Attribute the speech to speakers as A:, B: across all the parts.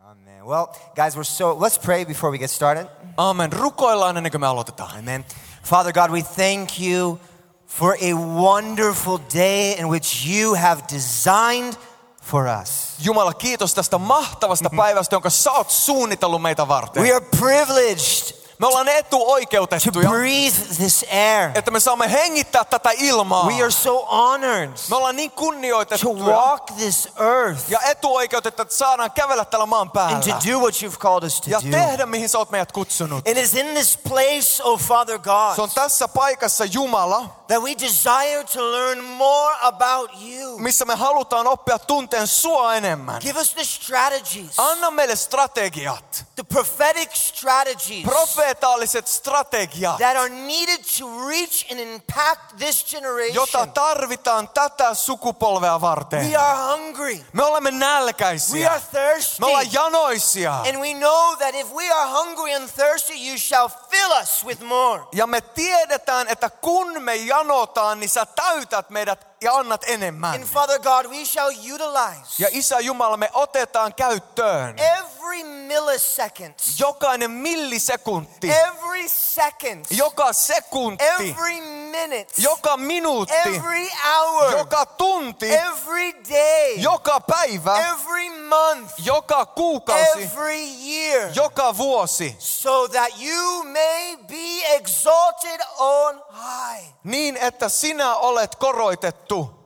A: Amen. Well, guys, we're so, let's pray before we get started.
B: Aamen. Rukoillaan ennen kuin me aloitetaan.
A: Amen. Father God, we thank you for a wonderful day in which you have designed for us.
B: Jumala, kiitos tästä mahtavasta päivästä, jonka sä oot suunnitellut meitä varten.
A: Mhm. We are privileged
B: Me ollaan
A: to
B: etuoikeutettuja,
A: breathe this air.
B: että me saamme hengittää tätä ilmaa.
A: We are so honored
B: Me ollaan niin
A: to
B: kunnioitettuja
A: walk this earth
B: ja etuoikeutettu, että saadaan kävellä täällä
A: and
B: maan
A: to
B: päällä.
A: do what you've called us to
B: Ja
A: do.
B: tehdä, mihin sä oot meidät kutsunut.
A: It is in this place, oh Father God,
B: Se on tässä paikassa Jumala,
A: that we desire to learn more about you.
B: missä me halutaan oppia tunteen sua enemmän.
A: Give us the strategies,
B: Anna meille strategiat,
A: the prophetic strategies.
B: profeetaaliset strategiat,
A: that are needed to reach and impact this generation.
B: jota tarvitaan tätä sukupolvea varten.
A: We are hungry.
B: Me olemme
A: We are
B: nälkäisiä.
A: thirsty.
B: Me ollaan janoisia.
A: And we know that if we are hungry and thirsty, you shall fill us with more.
B: Ja me tiedetään, että kun me janotaan, niin sä täytät meidät ja annat enemmän.
A: And Father God, we shall utilize
B: Ja Isä Jumala, me otetaan käyttöön
A: every millisecond,
B: jokainen millisekunti,
A: every second,
B: joka sekunti,
A: every minute,
B: joka minuutti,
A: every hour,
B: joka tunti,
A: every day,
B: joka päivä,
A: every month,
B: joka kuukausi,
A: every year.
B: joka vuosi.
A: so that you may be exalted on high.
B: Niin, että sinä olet koroitettu.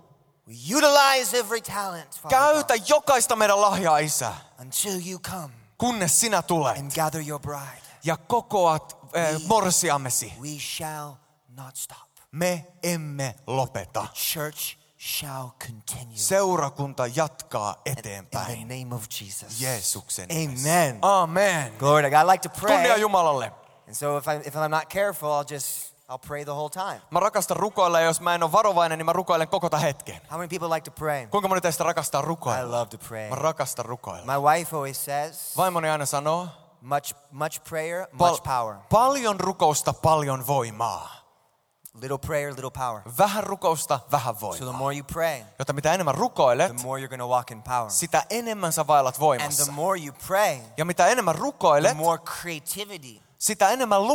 A: We utilize every talent, Father
B: Käytä
A: God,
B: jokaista meidän lahjaa, Isä,
A: until you come
B: kunnes sinä tulet.
A: and gather your bride.
B: ja kokoat äh,
A: Niin.
B: morsiamesi.
A: We shall not stop.
B: Me emme lopeta.
A: Church shall continue.
B: Seurakunta jatkaa
A: In the
B: eteenpäin.
A: name of Jesus.
B: Jeesuksen nimessä.
A: Amen.
B: Amen.
A: Glory to God. I like to
B: Kunnia
A: pray.
B: Jumalalle.
A: And so if, I, if I'm not careful, I'll just, I'll pray the whole time.
B: Mä rakastan rukoilla ja jos mä en ole varovainen, niin mä rukoilen koko tämän hetken.
A: How many people like to pray?
B: Kuinka moni teistä rakastaa
A: I
B: rukoilla?
A: love to pray.
B: Mä rakastan rukoilla.
A: My wife always says,
B: Vaimoni aina sanoo,
A: much, much prayer,
B: pal-
A: much power.
B: paljon rukousta, paljon voimaa.
A: Little prayer, little power.
B: Vähän rukousta, vähän
A: So the
B: voimaa.
A: more you pray,
B: Jotta mitä enemmän
A: the
B: rukoilet,
A: more you're going to walk in power.
B: sitä enemmän sä vailat
A: And the
B: voimassa.
A: more you pray,
B: Ja mitä enemmän
A: the
B: rukoilet,
A: more creativity
B: sitä enemmän
A: is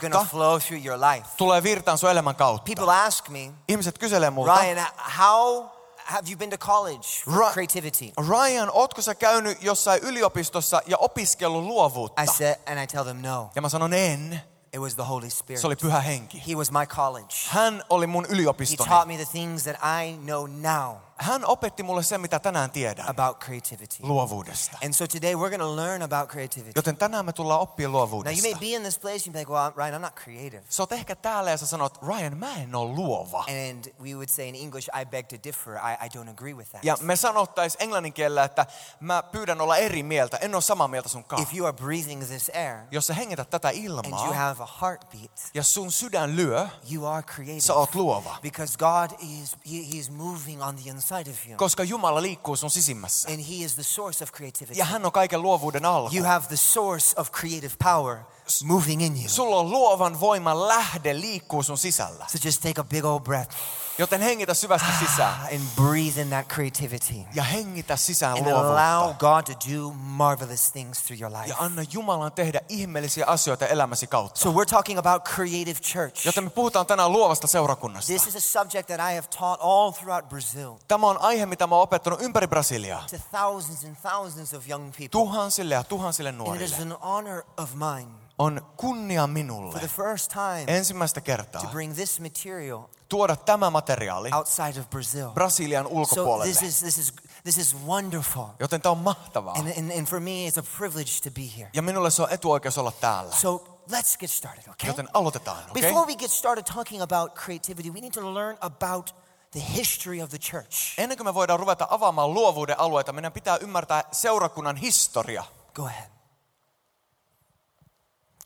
A: going to
B: luovuutta
A: flow through your life.
B: tulee virtaan sun elämän kautta.
A: People ask me,
B: Ihmiset kyselee multa, Ryan,
A: Ryan, how have you been to college for
B: Ri-
A: creativity?
B: Ryan, ootko sä käynyt jossain yliopistossa ja opiskellut luovuutta?
A: I said, and I tell them, no,
B: Ja mä sanon en,
A: it was the Holy
B: se
A: Spirit.
B: oli pyhä henki.
A: He was my college.
B: Hän oli mun
A: He
B: yliopistoni.
A: taught me the things that I know now
B: Hän opetti mulle sen, mitä tänään tiedän
A: about creativity.
B: luovuudesta.
A: And so today we're going to learn about creativity.
B: Joten tänään me tullaan oppia
A: Now you may
B: luovuudesta.
A: be in this place and be like, well, Ryan, I'm not creative.
B: Sä oot ehkä täällä ja sä sanot, Ryan, mä en ole luova.
A: And we would say in English, I beg to differ. I, I don't agree with that.
B: Ja me sanottais englannin kielellä, että mä pyydän olla eri mieltä, en ole samaa mieltä sun
A: If
B: kanssa.
A: you are breathing this air
B: Jos sä hengität tätä
A: and you
B: ilmaa
A: have a heartbeat,
B: ja sun sydän lyö,
A: you are creative.
B: sä oot luova.
A: because God is he, He's moving on the inside of you,
B: Koska Jumala liikkuu sun sisimmässä.
A: and He is the source of creativity.
B: Ja hän on kaiken luovuuden alla.
A: You have the source of creative power moving in you. So,
B: Sulla on luovan voiman lähde liikkuu sun sisällä.
A: just take a big old breath uh,
B: Joten hengitä syvästi sisään.
A: and breathe in that creativity,
B: Ja hengitä sisään
A: and allow
B: luovuutta.
A: God to do marvelous things through your life.
B: Ja anna Jumalan tehdä ihmeellisiä asioita elämäsi kautta.
A: So we're talking about creative church.
B: Joten me puhutaan tänään luovasta seurakunnasta.
A: This is a subject that I have taught all throughout Brazil
B: Tämä on aihe, mitä mä oon opettanut ympäri Brasiliaa.
A: to thousands and thousands of young people.
B: Tuhansille ja tuhansille
A: And it
B: nuorille.
A: is an honor of mine
B: On kunnia
A: for the
B: minulle
A: first time
B: ensimmäistä
A: to
B: kertaa
A: bring this material
B: tuoda tämä materiaali
A: outside of Brazil.
B: Brasilian
A: So this
B: ulkopuolelle.
A: is this is this is wonderful.
B: Joten tämä on mahtavaa.
A: And, and and for me it's a privilege to be here.
B: Ja minulle se on etuoikeus olla täällä.
A: So let's get started, okay?
B: Joten aloitetaan, okei?
A: Before we get started talking about creativity, we need to learn about the history of the church.
B: Ennen kuin me voidaan ruveta avaamaan luovuuden alueita, meidän pitää ymmärtää seurakunnan historia.
A: Go ahead.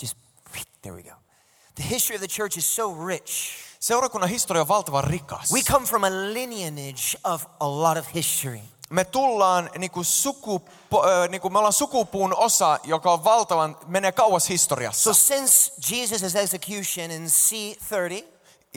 A: Just there we go. The history of the church is so rich.
B: Seurakunnan historia on valtavan rikas.
A: We come from a lineage of a lot of history.
B: Me tullaan niinku suku, po, ö, niinku me ollaan sukupuun osa, joka on valtavan, menee kauas
A: So
B: historiassa.
A: since Jesus' execution in C30,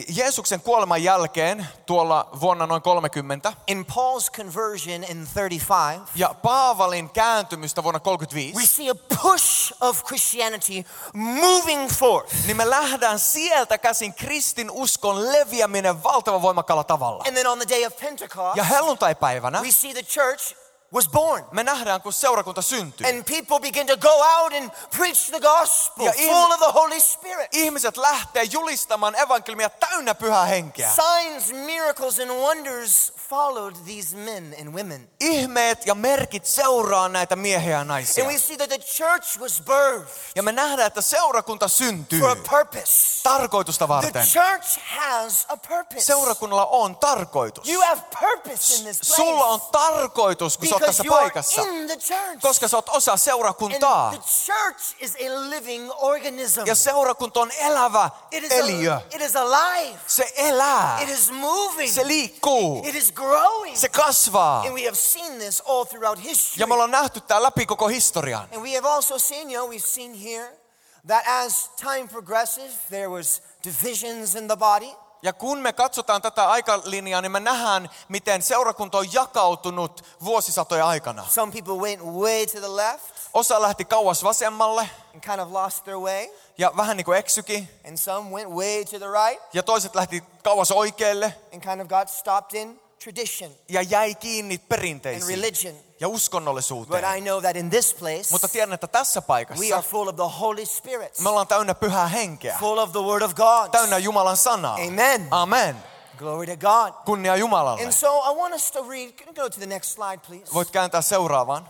B: Jeesuksen kuoleman jälkeen, tuolla vuonna noin 30,
A: In Paul's conversion in 35,
B: ja Paavalin kääntymystä vuonna 35,
A: we see a push of Christianity moving forth.
B: niin me lähdään sieltä käsin kristin uskon leviäminen valtavan voimakkaalla tavalla.
A: And then on the day of Pentecost,
B: Ja helluntaipäivänä
A: we see the church was born.
B: me nähdään, kun seurakunta syntyy.
A: And people begin to go out and preach the gospel
B: Ja ihm-
A: full of the Holy Spirit.
B: Ihmiset lähtee julistamaan evankeliumia täynnä pyhää henkeä.
A: Signs, miracles, and wonders followed these men and women.
B: Ihmeet ja merkit seuraa näitä miehiä ja naisia.
A: And we see that the church was birthed
B: Ja me nähdään, että seurakunta syntyy
A: for a purpose.
B: tarkoitusta
A: The
B: varten.
A: church has a purpose.
B: Seurakunnalla on tarkoitus.
A: You have purpose in this
B: Sulla on
A: place
B: tarkoitus, kun sä oot
A: because
B: tässä
A: you are
B: paikassa.
A: in the church.
B: Koska sä oot osa
A: And
B: seurakuntaa.
A: the church is a living organism.
B: Ja seurakunta on elävä
A: It is,
B: eliö.
A: it is alive.
B: Se elää.
A: It is moving.
B: Se liikkuu.
A: It is growing.
B: Se kasvaa.
A: And we have seen this all throughout history.
B: Ja me ollaan nähty tää läpi koko historian.
A: And we have also seen, you know, we've seen here that as time progresses, there was divisions in the body.
B: Ja kun me katsotaan tätä aikalinjaa, niin me nähdään, miten seurakunta on jakautunut vuosisatojen aikana.
A: Some people went way to the left
B: Osa lähti kauas vasemmalle
A: and kind of lost their way,
B: ja vähän niin kuin eksykin.
A: and some went way to the right
B: Ja toiset lähti kauas oikealle
A: and kind of got stopped in tradition
B: ja jäi kiinni
A: and
B: perinteisiin
A: religion.
B: ja
A: But
B: uskonnollisuuteen.
A: I know that in this place,
B: Mutta tiedän, että tässä
A: we are
B: paikassa
A: full of the Holy Spirit,
B: me ollaan täynnä pyhää henkeä,
A: full of the Word of God.
B: täynnä Jumalan sanaa.
A: Amen.
B: Amen.
A: Glory to God.
B: Kunnia Jumalalle.
A: And so I want us to read. Can you go to the next slide, please?
B: Voit kääntää seuraavaan.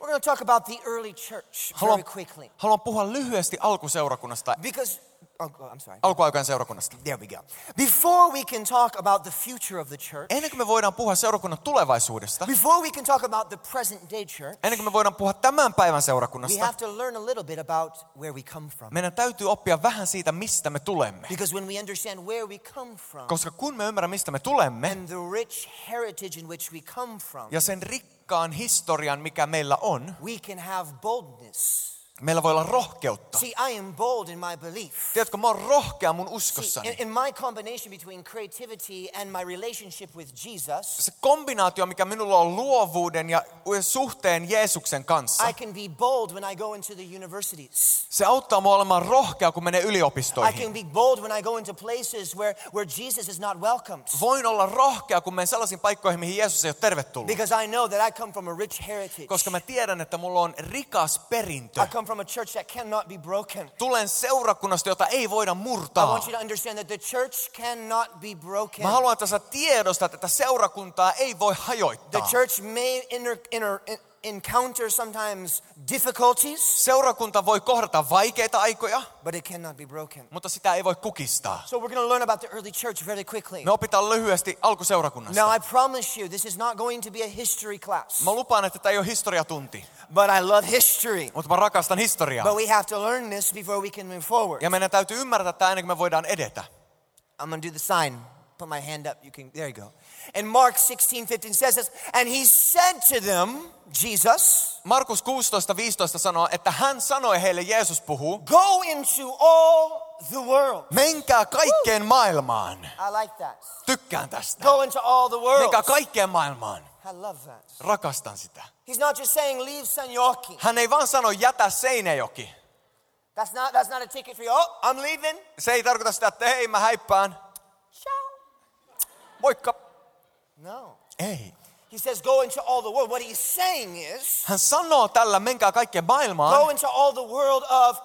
A: We're going to talk about the early church very
B: Haluan,
A: quickly.
B: haluan puhua lyhyesti alkuseurakunnasta,
A: Because, oh, go- I'm sorry.
B: alkuaikojen seurakunnasta.
A: There we go. Before we can talk about the future of the church,
B: Ennen kuin me voidaan puhua seurakunnan tulevaisuudesta,
A: before we can talk about the present day church,
B: ennen kuin me voidaan puhua tämän päivän
A: we
B: seurakunnasta,
A: have to learn a little bit about where we come from.
B: meidän täytyy oppia vähän siitä, mistä me tulemme.
A: Because when we understand where we come from
B: Koska kun me ymmärrämme, mistä me tulemme,
A: and the rich heritage in which we come from,
B: ja sen rikkaan historian, mikä meillä on,
A: we can have boldness.
B: meillä voi olla rohkeutta.
A: See, I am bold in my belief.
B: Tiedätkö, mä oon rohkea mun
A: See,
B: uskossani.
A: in, in my combination between creativity and my relationship with Jesus,
B: Se kombinaatio, mikä minulla on luovuuden ja suhteen Jeesuksen kanssa,
A: I can be bold when I go into the universities.
B: se auttaa mua olemaan rohkea, kun menee
A: I
B: yliopistoihin.
A: can be bold when I go into places where, where Jesus is not welcomed.
B: Voin olla rohkea, kun menen sellaisiin paikkoihin, mihin Jeesus ei ole tervetullut.
A: Because I know that I come from a rich heritage.
B: Koska mä tiedän, että mulla on rikas perintö.
A: I come from a church that cannot be broken.
B: Tulen seurakunnasta, jota ei voida
A: I
B: murtaa.
A: want you to understand that the church cannot be broken.
B: Mä haluan, että sä tiedostat, että seurakuntaa ei voi
A: The
B: hajoittaa.
A: church may inter, inter, encounter sometimes difficulties,
B: Seurakunta voi kohdata vaikeita aikoja,
A: but it cannot be broken.
B: mutta sitä ei voi kukistaa.
A: So we're going to learn about the early church very quickly.
B: Me opitaan lyhyesti
A: Now,
B: alkuseurakunnasta.
A: I promise you, this is not going to be a history class,
B: Mä lupaan, että tämä ei ole historiatunti,
A: but I love history.
B: mutta mä rakastan historiaa.
A: But we have to learn this before we can move forward.
B: Ja meidän täytyy ymmärtää tämä ennen kuin me voidaan edetä.
A: I'm gonna do the sign. Put my hand up. You can. There you go. And Mark 16, 15 says this. And he said to them, Jesus,
B: Markus 16.15 sanoo, että hän sanoi heille, Jeesus puhuu,
A: go into all the world.
B: menkää kaikkeen maailmaan.
A: I like that.
B: Tykkään tästä.
A: Go into all the world.
B: Menkää kaikkeen maailmaan.
A: I love that.
B: Rakastan sitä.
A: He's not just saying leave Sanyoki.
B: Hän ei vaan sano, jätä Seinäjoki.
A: That's not that's not a ticket for you. Oh, I'm leaving.
B: Se ei tarkoita sitä, että hei mä häippään.
A: Ciao.
B: Moikka.
A: No.
B: Ei.
A: He says go into all the world. What he's saying is
B: Hän sanoo tällä, menkää kaikkeen maailmaan,
A: go into all the world of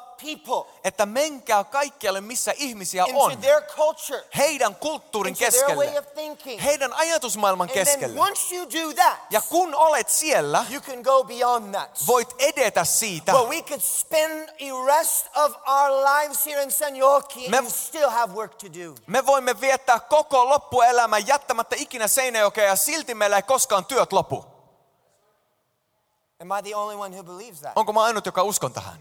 A: people,
B: että menkää kaikkialle, missä ihmisiä
A: into
B: on.
A: their culture,
B: Heidän kulttuurin
A: into their way
B: keskelle.
A: of thinking.
B: Heidän ajatusmaailman
A: And then
B: keskelle.
A: once you do that,
B: Ja kun olet siellä,
A: You can go beyond that.
B: voit edetä siitä.
A: But we could spend the rest of our lives here in San Joaquin
B: Me-
A: and still have work to do.
B: Me voimme viettää koko loppuelämän jättämättä ikinä Seinäjokea ja silti meillä ei koskaan työt lopu.
A: Am I the only one who believes that?
B: Onko mä ainut, joka uskon tähän?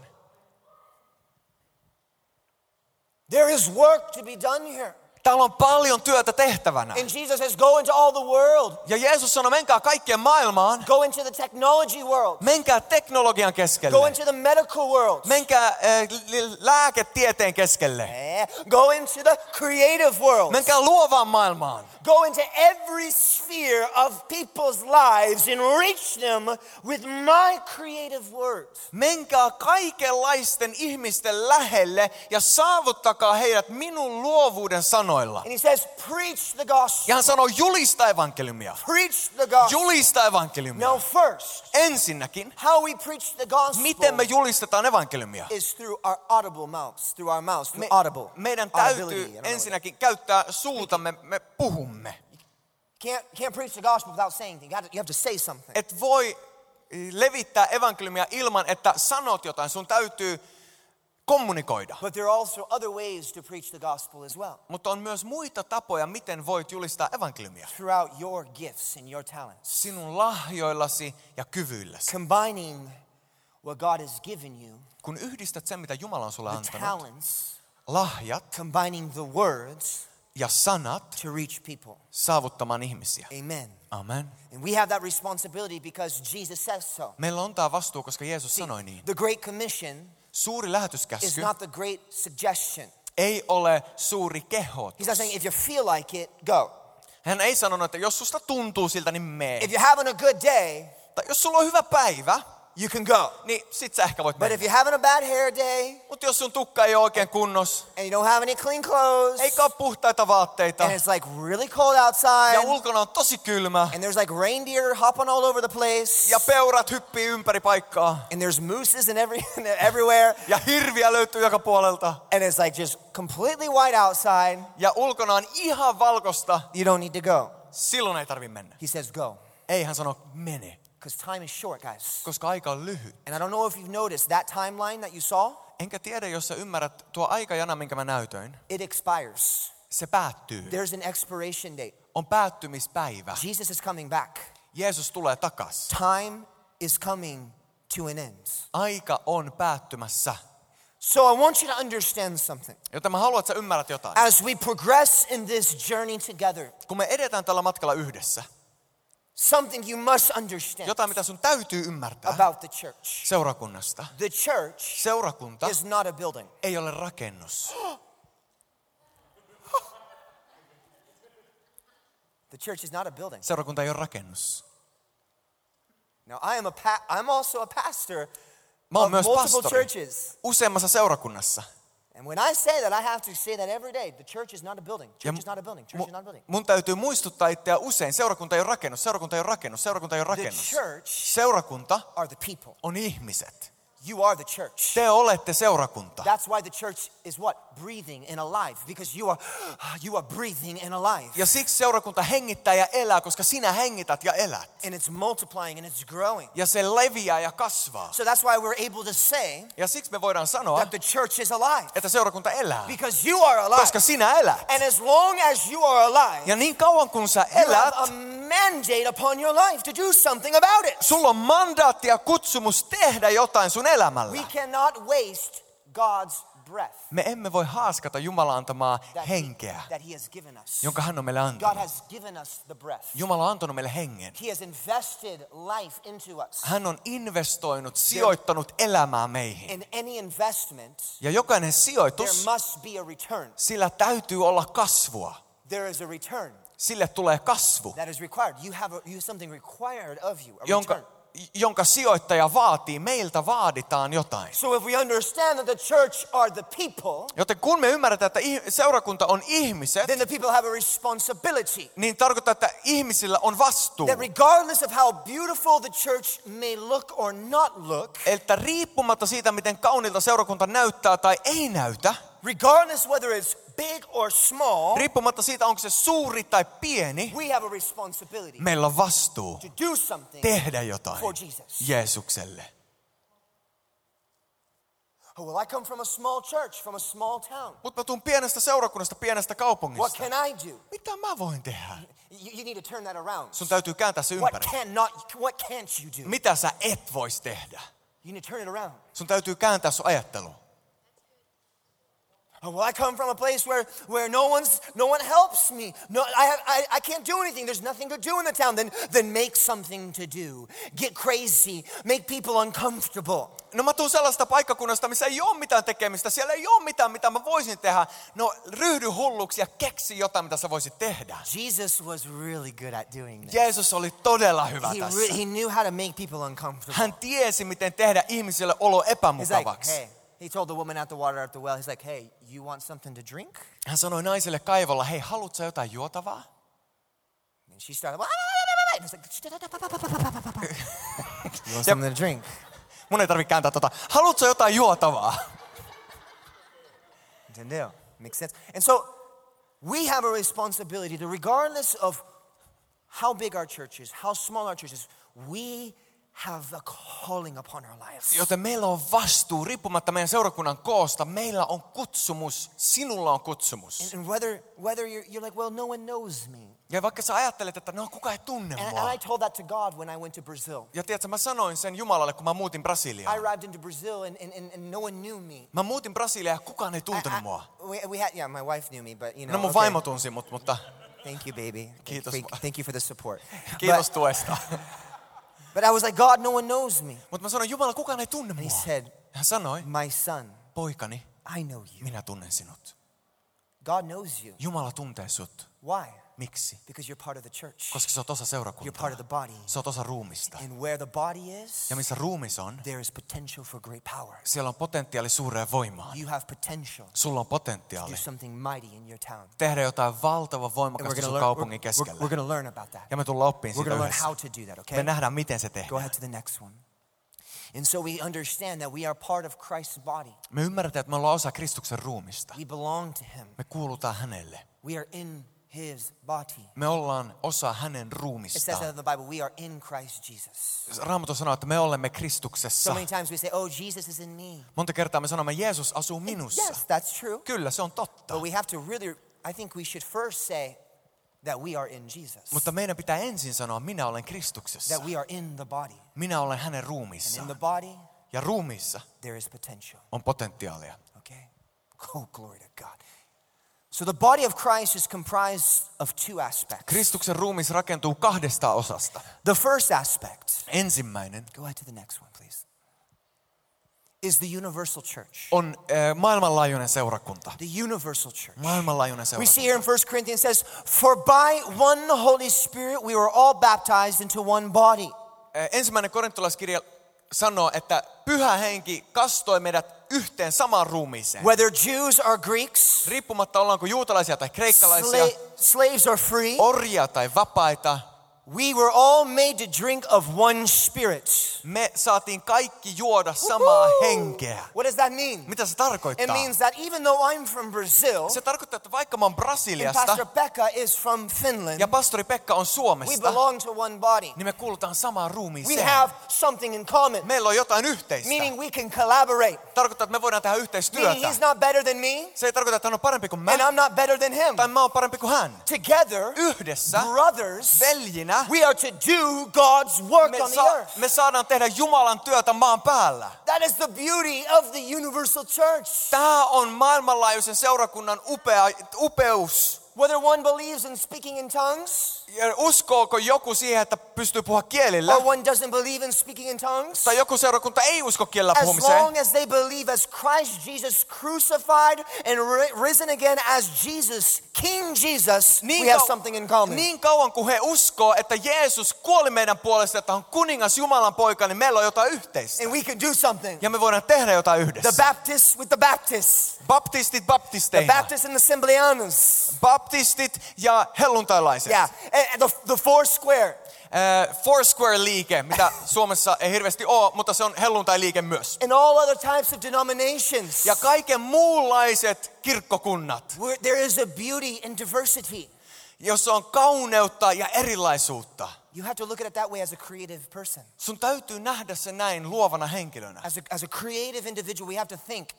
A: There is work to be done here.
B: Täällä on paljon työtä tehtävänä.
A: And Jesus says, go into all the world.
B: Ja Jeesus sanoi, menkää kaikkeen maailmaan.
A: Go into the technology world.
B: Menkää teknologian
A: Go
B: keskelle.
A: into the medical world.
B: Menkää eh, li- lääketieteen keskelle.
A: Eh, Go into the creative world.
B: Menkää luovaan maailmaan.
A: Go into every sphere of people's lives and reach them with my creative words.
B: Menkää kaikenlaisten ihmisten lähelle ja saavuttakaa heidät minun luovuuden sanoilla.
A: And he says, preach the gospel.
B: Ja hän sanoo, julista evankeliumia.
A: Preach the gospel.
B: Julista
A: No,
B: evankeliumia.
A: first,
B: Ensinnäkin,
A: how we preach the gospel
B: miten me julistetaan evankeliumia?
A: is through our audible mouths, through our mouths, through
B: Me,
A: audible.
B: meidän
A: audibility. I don't
B: täytyy
A: know what that-
B: ensinnäkin käyttää suutamme, me puhumme.
A: Can't, can't preach the gospel without saying anything. You, gotta- you have to say something.
B: Et voi levittää evankeliumia ilman, että sanot jotain. Sun täytyy kommunikoida.
A: But there are also other ways to preach the gospel as well
B: Mutta on myös muita tapoja, miten voit julistaa evankeliumia.
A: throughout your gifts and your talents,
B: Sinun lahjoillasi ja kyvyilläsi.
A: combining what God has given you,
B: Kun yhdistät sen, mitä Jumala on sulle
A: the
B: antanut,
A: talents,
B: lahjat
A: combining the words
B: ja sanat
A: to reach people.
B: saavuttamaan ihmisiä.
A: Amen.
B: Amen.
A: And we have that responsibility because Jesus says so.
B: Meillä on tämä vastuu, koska Jeesus sanoi niin.
A: The Great Commission
B: Suuri
A: is
B: lähetyskäsky
A: not the great suggestion.
B: ei ole suuri keho.
A: He's not saying if you feel like it, go.
B: Hän ei sanonut, että jos susta tuntuu siltä, niin mee.
A: If you're having a good day,
B: Tai jos sulla on hyvä päivä,
A: you can go.
B: niin sit sä ehkä voit
A: But
B: mennä.
A: if you're having a bad hair day
B: Mutta jos sun tukka ei ole oikein kunnos,
A: and you don't have any clean clothes,
B: eikä ole puhtaita vaatteita,
A: and it's like really cold
B: ja
A: outside,
B: ulkona on tosi kylmä,
A: and there's like reindeer hopping all over the place,
B: ja peurat hyppii ympäri paikkaa,
A: and there's mooses and every everywhere,
B: ja hirviä löytyy joka puolelta,
A: and it's like just completely white outside,
B: ja ulkona on ihan valkosta,
A: you don't need to go.
B: silloin ei tarvi mennä.
A: He says go,
B: Ei, hän sanoo, mene,
A: because time is short, guys.
B: koska aika on lyhyt.
A: And I don't know if you've noticed that timeline that you saw,
B: Enkä tiedä, jos sä ymmärrät tuo aikajana, minkä mä näytöin.
A: it expires.
B: Se päättyy.
A: There's an expiration date.
B: On päättymispäivä.
A: Jesus is coming back.
B: Jeesus tulee takas.
A: Time is coming to an end.
B: Aika on päättymässä.
A: So I want you to understand something.
B: Joten mä haluan, että sä ymmärrät jotain.
A: As we progress in this journey together,
B: Kun me edetään tällä matkalla yhdessä,
A: something you must understand
B: jotain mitä sun täytyy ymmärtää
A: about the church.
B: seurakunnasta.
A: The church
B: Seurakunta
A: is not a building.
B: ei ole rakennus.
A: The church is not a building.
B: Seurakunta ei ole rakennus.
A: Now I am a pa- I'm also a pastor
B: Mä oon
A: of
B: myös
A: multiple
B: pastori
A: churches.
B: useammassa seurakunnassa.
A: And when I say that, I have to say that every day. The church is not a building.
B: Ja
A: Church is not a building. Church
B: mu-
A: is not a building.
B: mun täytyy muistuttaa itseä usein. Seurakunta ei ole rakennus, seurakunta ei ole rakennus, seurakunta ei ole
A: The
B: rakennus.
A: church
B: Seurakunta
A: are the people.
B: on ihmiset.
A: You are the church.
B: Te olette seurakunta.
A: That's why the church is what? Breathing and alive. Because you are you are breathing and alive.
B: Ja siksi seurakunta hengittää ja elää, koska sinä hengität ja elät.
A: And it's multiplying and it's growing.
B: Ja se leviää ja kasvaa.
A: So that's why we're able to say
B: Ja siksi me voidaan sanoa,
A: that the church is alive.
B: että seurakunta elää,
A: Because you are alive.
B: koska sinä elät.
A: And as long as you are alive,
B: Ja niin kauan kun sä
A: you
B: elät,
A: have a mandate upon your life to do something about it.
B: sulla on mandaatti ja kutsumus tehdä jotain sun
A: We
B: elämällä.
A: cannot waste God's breath
B: Me emme voi haaskata Jumalan antamaa
A: that, he,
B: henkeä,
A: that He has given us.
B: jonka hän on meille
A: God
B: antanut.
A: has given us the breath.
B: Jumala on antanut meille hengen.
A: He has invested life into us.
B: Hän on investoinut, sijoittanut elämää meihin.
A: In any investment,
B: Ja jokainen
A: there
B: sijoitus,
A: must be a return.
B: sillä täytyy olla kasvua.
A: There is a return
B: Sille tulee kasvu.
A: that is required. You have, a, you have something required of you, a return.
B: jonka, jonka sijoittaja vaatii, meiltä vaaditaan jotain.
A: So if we understand that the church are the people,
B: Joten kun me ymmärretään, että ih- seurakunta on ihmiset,
A: then the people have a responsibility.
B: niin tarkoittaa, että ihmisillä on vastuu.
A: That regardless of how beautiful the church may look or not look,
B: Että riippumatta siitä, miten kaunilta seurakunta näyttää tai ei näytä,
A: regardless whether it's big or small,
B: riippumatta siitä, onko se suuri tai pieni,
A: we have a responsibility
B: meillä on vastuu
A: to do something
B: tehdä jotain
A: for Jesus.
B: Jeesukselle.
A: Oh, well, I come from a small church, from a small town.
B: Mutta mä tuun pienestä seurakunnasta, pienestä
A: What
B: kaupungista.
A: can I do?
B: Mitä mä voin tehdä?
A: You, you need to turn that around.
B: Sun täytyy kääntää se
A: What
B: ympäri.
A: cannot, what can't you do?
B: Mitä sä et vois tehdä?
A: You need to turn it around.
B: Sun täytyy kääntää sun ajattelu.
C: Oh, well, I come from a place where, where no one's no one helps me. No, I, have, I I can't do anything. There's nothing to do in the town. Then then make something to do. Get crazy. Make people uncomfortable.
B: No mä tuun sellaista paikkakunnasta, missä ei ole mitään tekemistä. Siellä ei ole mitään, mitä mä voisin tehdä. No ryhdy hulluksi ja keksi jotain, mitä sä voisit tehdä.
A: Jesus was really good at doing this.
B: Jeesus oli todella hyvä
A: He,
B: tässä.
A: re- he knew how to make people uncomfortable.
B: Hän tiesi, miten tehdä ihmisille olo
A: He's like,
B: epämukavaksi.
A: hey, he told the woman at the water at the well, he's like, hey, you want something to drink?
B: Hän sanoi naiselle kaivolla, hei, haluatko sä jotain juotavaa?
A: And she started, "Wah, wah, wah, wah, wah," and it's like, you want something to drink?
B: Mun ei tarvitse kääntää tota. Haluatko sä jotain juotavaa?
A: Entendeu? Makes sense. And so we have a responsibility to, regardless of how big our church is, how small our church is, we have a calling upon our lives.
B: Joten meillä on vastuu, riippumatta meidän seurakunnan koosta, meillä on kutsumus, sinulla on kutsumus.
A: And whether, whether you're, you're like, well, no one knows me.
B: Ja vaikka sä ajattelet, että no kuka ei tunne
A: And, I- and
B: mua.
A: I told that to God when I went to Brazil.
B: Ja tiedätkö, mä sanoin sen Jumalalle, kun mä muutin
A: I
B: Brasiliaan.
A: arrived into Brazil and, and, and, and no one knew me.
B: Mä muutin Brasiliaan ja kukaan ei
A: I- No,
B: tuntenut
A: I-
B: mua.
A: we, we had, yeah, my wife knew me, but you know.
B: No mun
A: okay.
B: vaimo tunsi mut, mutta
A: Thank you, baby. Thank,
B: Kiitos.
A: thank- thank you for the support.
B: kiitos
A: But,
B: tuesta.
A: but I was like, God, no one knows me.
B: Mutta mä sanoin, Jumala, kukaan ei tunne
A: And he
B: mua.
A: said,
B: Hän sanoi,
A: My son,
B: poikani,
A: I know you.
B: minä tunnen sinut.
A: God knows you.
B: Jumala tuntee sut.
A: Why?
B: Miksi?
A: Because you're part of the church.
B: Koska sä oot osa
A: You're part of the
B: seurakuntaa.
A: body.
B: Sä oot osa ruumista.
A: And where the body is,
B: Ja missä ruumis on,
A: there is potential for great power.
B: siellä on potentiaali suureen voimaan.
A: You have potential
B: Sulla on
A: to
B: potentiaali
A: do something mighty in your town.
B: tehdä jotain valtavan
A: And we're
B: voimakasta
A: going to
B: sun
A: learn, we're,
B: kaupungin
A: we're,
B: keskellä.
A: we're gonna learn about that.
B: Ja me tullaan oppiin
A: We're
B: siitä
A: going to learn
B: yhdessä.
A: how to do that,
B: Me
A: okay?
B: nähdään, miten se
A: Go
B: tehdään.
A: ahead to the next one. And so we understand that we are part of Christ's body.
B: Me ymmärretään, että me ollaan osa Kristuksen ruumista.
A: We belong to him.
B: Me kuulutaan hänelle.
A: We are in his body.
B: Me ollaan osa hänen
A: It says that
B: ruumistaan.
A: in the Bible. We are in Christ Jesus.
B: Raamattu sanoo, että me olemme
A: So
B: Kristuksessa.
A: many times we say, oh, Jesus is in me.
B: Monta kertaa me sanomme, että Jeesus asuu minussa.
A: Yes, that's true.
B: Kyllä, se on totta.
A: But we have to really, I think we should first say that we are in Jesus,
B: Mutta meidän pitää ensin sanoa, minä olen Kristuksessa.
A: that we are in the body.
B: Minä olen hänen
A: And in the
B: ruumissaan.
A: body,
B: Ja ruumiissa
A: there is potential.
B: on potentiaalia.
A: Okay? Oh, glory to God. So the body of Christ is comprised of two aspects.
B: Kristuksen ruumis rakentuu kahdesta osasta.
A: The first aspect,
B: Ensimmäinen
A: go ahead to the next one, please, is the universal church.
B: on äh, maailmanlaajuinen seurakunta.
A: The universal church.
B: Maailmanlaajuinen
A: We see
B: seurakunta.
A: here in 1 Corinthians says, For by one Holy Spirit we were all baptized into one body.
B: Äh, Ensimmäinen korintolaiskirja sanoo, että pyhä henki kastoi meidät yhteen samaan ruumiiseen.
A: Whether Jews or Greeks,
B: Riippumatta ollaanko juutalaisia tai kreikkalaisia,
A: sla- slaves or free,
B: orjia tai vapaita,
A: we were all made to drink of one spirit.
B: me saatiin kaikki juoda samaa
A: Woo!
B: henkeä.
A: What does that mean?
B: Mitä se
A: It
B: tarkoittaa?
A: means that even though I'm from Brazil
B: Se tarkoittaa, että vaikka mä oon
A: and
B: Brasiliasta
A: Pastor Becca is from Finland,
B: ja pastori Pekka on
A: we
B: Suomesta,
A: belong to one body.
B: niin me kuulutaan samaan
A: We
B: ruumiiseen.
A: have something in common,
B: Meillä on jotain yhteistä.
A: meaning we can collaborate.
B: Tarkoittaa, että me voidaan tehdä
A: Meaning
B: yhteistyötä.
A: he's not better than me,
B: Se ei tarkoita, että hän on parempi kuin mä,
A: and I'm not better than him.
B: tai mä oon parempi kuin hän.
A: Together,
B: Yhdessä,
A: brothers,
B: veljinä,
A: we are to do God's work
B: me,
A: on the
B: saa,
A: earth.
B: me saadaan tehdä Jumalan työtä maan päällä.
A: That is the beauty of the universal church.
B: Tämä on maailmanlaajuisen seurakunnan upea, upeus.
A: Whether one believes in speaking in tongues
B: Ja Uskooko joku siihen, että pystyy puhua kielillä?
A: or one doesn't believe in speaking in tongues,
B: Tai joku seurakunta ei usko kielellä
A: as
B: puhumiseen?
A: long as they believe as Christ Jesus crucified and ri- risen again as Jesus, King Jesus, we have
B: kau-
A: something in common.
B: niin kauan kuin he uskoo, että Jeesus kuoli meidän puolesta, että hän on kuningas Jumalan poika, niin meillä on jotain yhteistä.
A: And we can do something.
B: Ja me voidaan tehdä jotain yhdessä.
A: The Baptists with the Baptists,
B: Baptistit
A: the
B: baptisteina.
A: Baptists and the Assembleanos.
B: Baptistit ja helluntailaiset.
A: Yeah, and and the, the four square.
B: Äh, Foursquare-liike, mitä Suomessa ei hirveästi ole, mutta se on helluntai-liike myös.
A: and all other types of denominations.
B: Ja kaiken muunlaiset kirkkokunnat,
A: Where there is a beauty in diversity.
B: jossa on kauneutta ja erilaisuutta.
A: You have to look at it that way as a creative person.
B: Sun täytyy nähdä se näin luovana henkilönä.
A: As a, as a creative individual, we have to think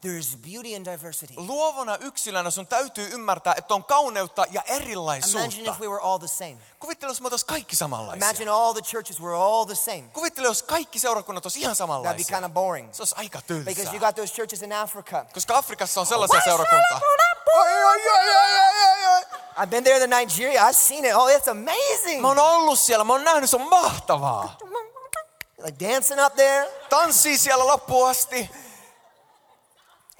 A: there is beauty in diversity.
B: Oh, Luovana yksilönä sun täytyy ymmärtää, että on kauneutta ja
A: Imagine
B: erilaisuutta.
A: if we were all the same.
B: Kuvittele, jos me oltaisiin kaikki samanlaisia.
A: Imagine all the churches were all the same.
B: Kuvittele, jos kaikki seurakunnat olisi ihan
A: That'd be
B: samanlaisia.
A: kind of boring.
B: Se olisi aika
A: Because you
B: tylsää.
A: got those churches in Africa.
B: Koska Afrikassa on sellaisia seurakuntaa.
A: I've been there to Nigeria. I've seen it. Oh, it's amazing.
B: Mä oon ollut siellä, mä oon nähnyt, se on mahtavaa.
A: Like dancing up there.
B: Tanssii siellä loppuun asti.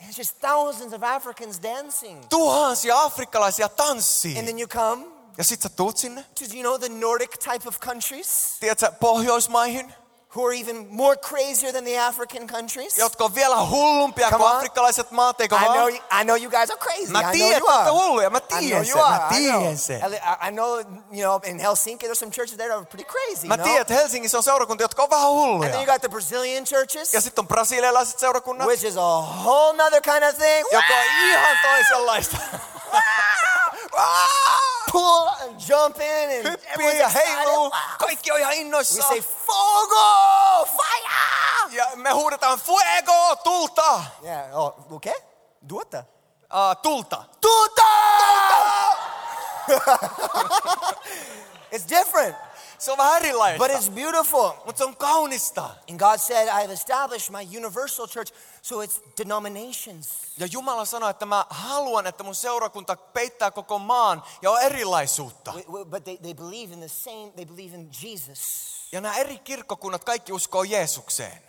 A: And It's just thousands of Africans dancing.
B: Tuhansia afrikkalaisia tanssii.
A: And then you come
B: Ja sit sä tuut sinne,
A: to, you know, the Nordic type of countries
B: tiedätkö, Pohjoismaihin,
A: who are even more crazier than the African countries.
B: jotka on vielä hullumpia
A: Come
B: kuin
A: on.
B: afrikkalaiset maat, eikö
A: I know,
B: vaan?
A: you, I know you guys are crazy.
B: Mä
A: I know
B: tiedän,
A: you
B: että olette
A: are.
B: hulluja. Mä
A: I know
B: tiedän
A: you
B: sen, mä
A: are. I know.
B: tiedän sen.
A: I- I know, you know, in Helsinki, there's some churches there that are pretty crazy.
B: Mä
A: no?
B: tiedän, että Helsingissä on seurakuntia, jotka on vähän
A: And then you
B: hulluja.
A: got the Brazilian churches,
B: Ja sitten on brasilialaiset seurakunnat,
A: which is a whole nother kind of thing.
B: joka on ihan toisenlaista.
A: Pull and jump in and
B: Hyppii
A: everyone's
B: ja
A: excited.
B: heiluu,
A: Wow.
B: kaikki on ihan
A: We
B: innoissaan.
A: say fogo, fire.
B: Ja me huudetaan fuego, tulta!
A: Yeah. Oh, okay. Duota.
B: Uh, tulta.
A: Duota. it's different,
B: Se on vähän erilainen.
A: but it's beautiful.
B: Mutta se on kaunista.
A: And God said, I have established my universal church, so it's denominations.
B: Ja Jumala sanoi, että mä haluan, että mun seurakunta peittää koko maan ja on erilaisuutta.
A: W- w- But they, they believe in the same, they believe in Jesus.
B: Ja nämä eri kirkkokunnat kaikki uskoo Jeesukseen.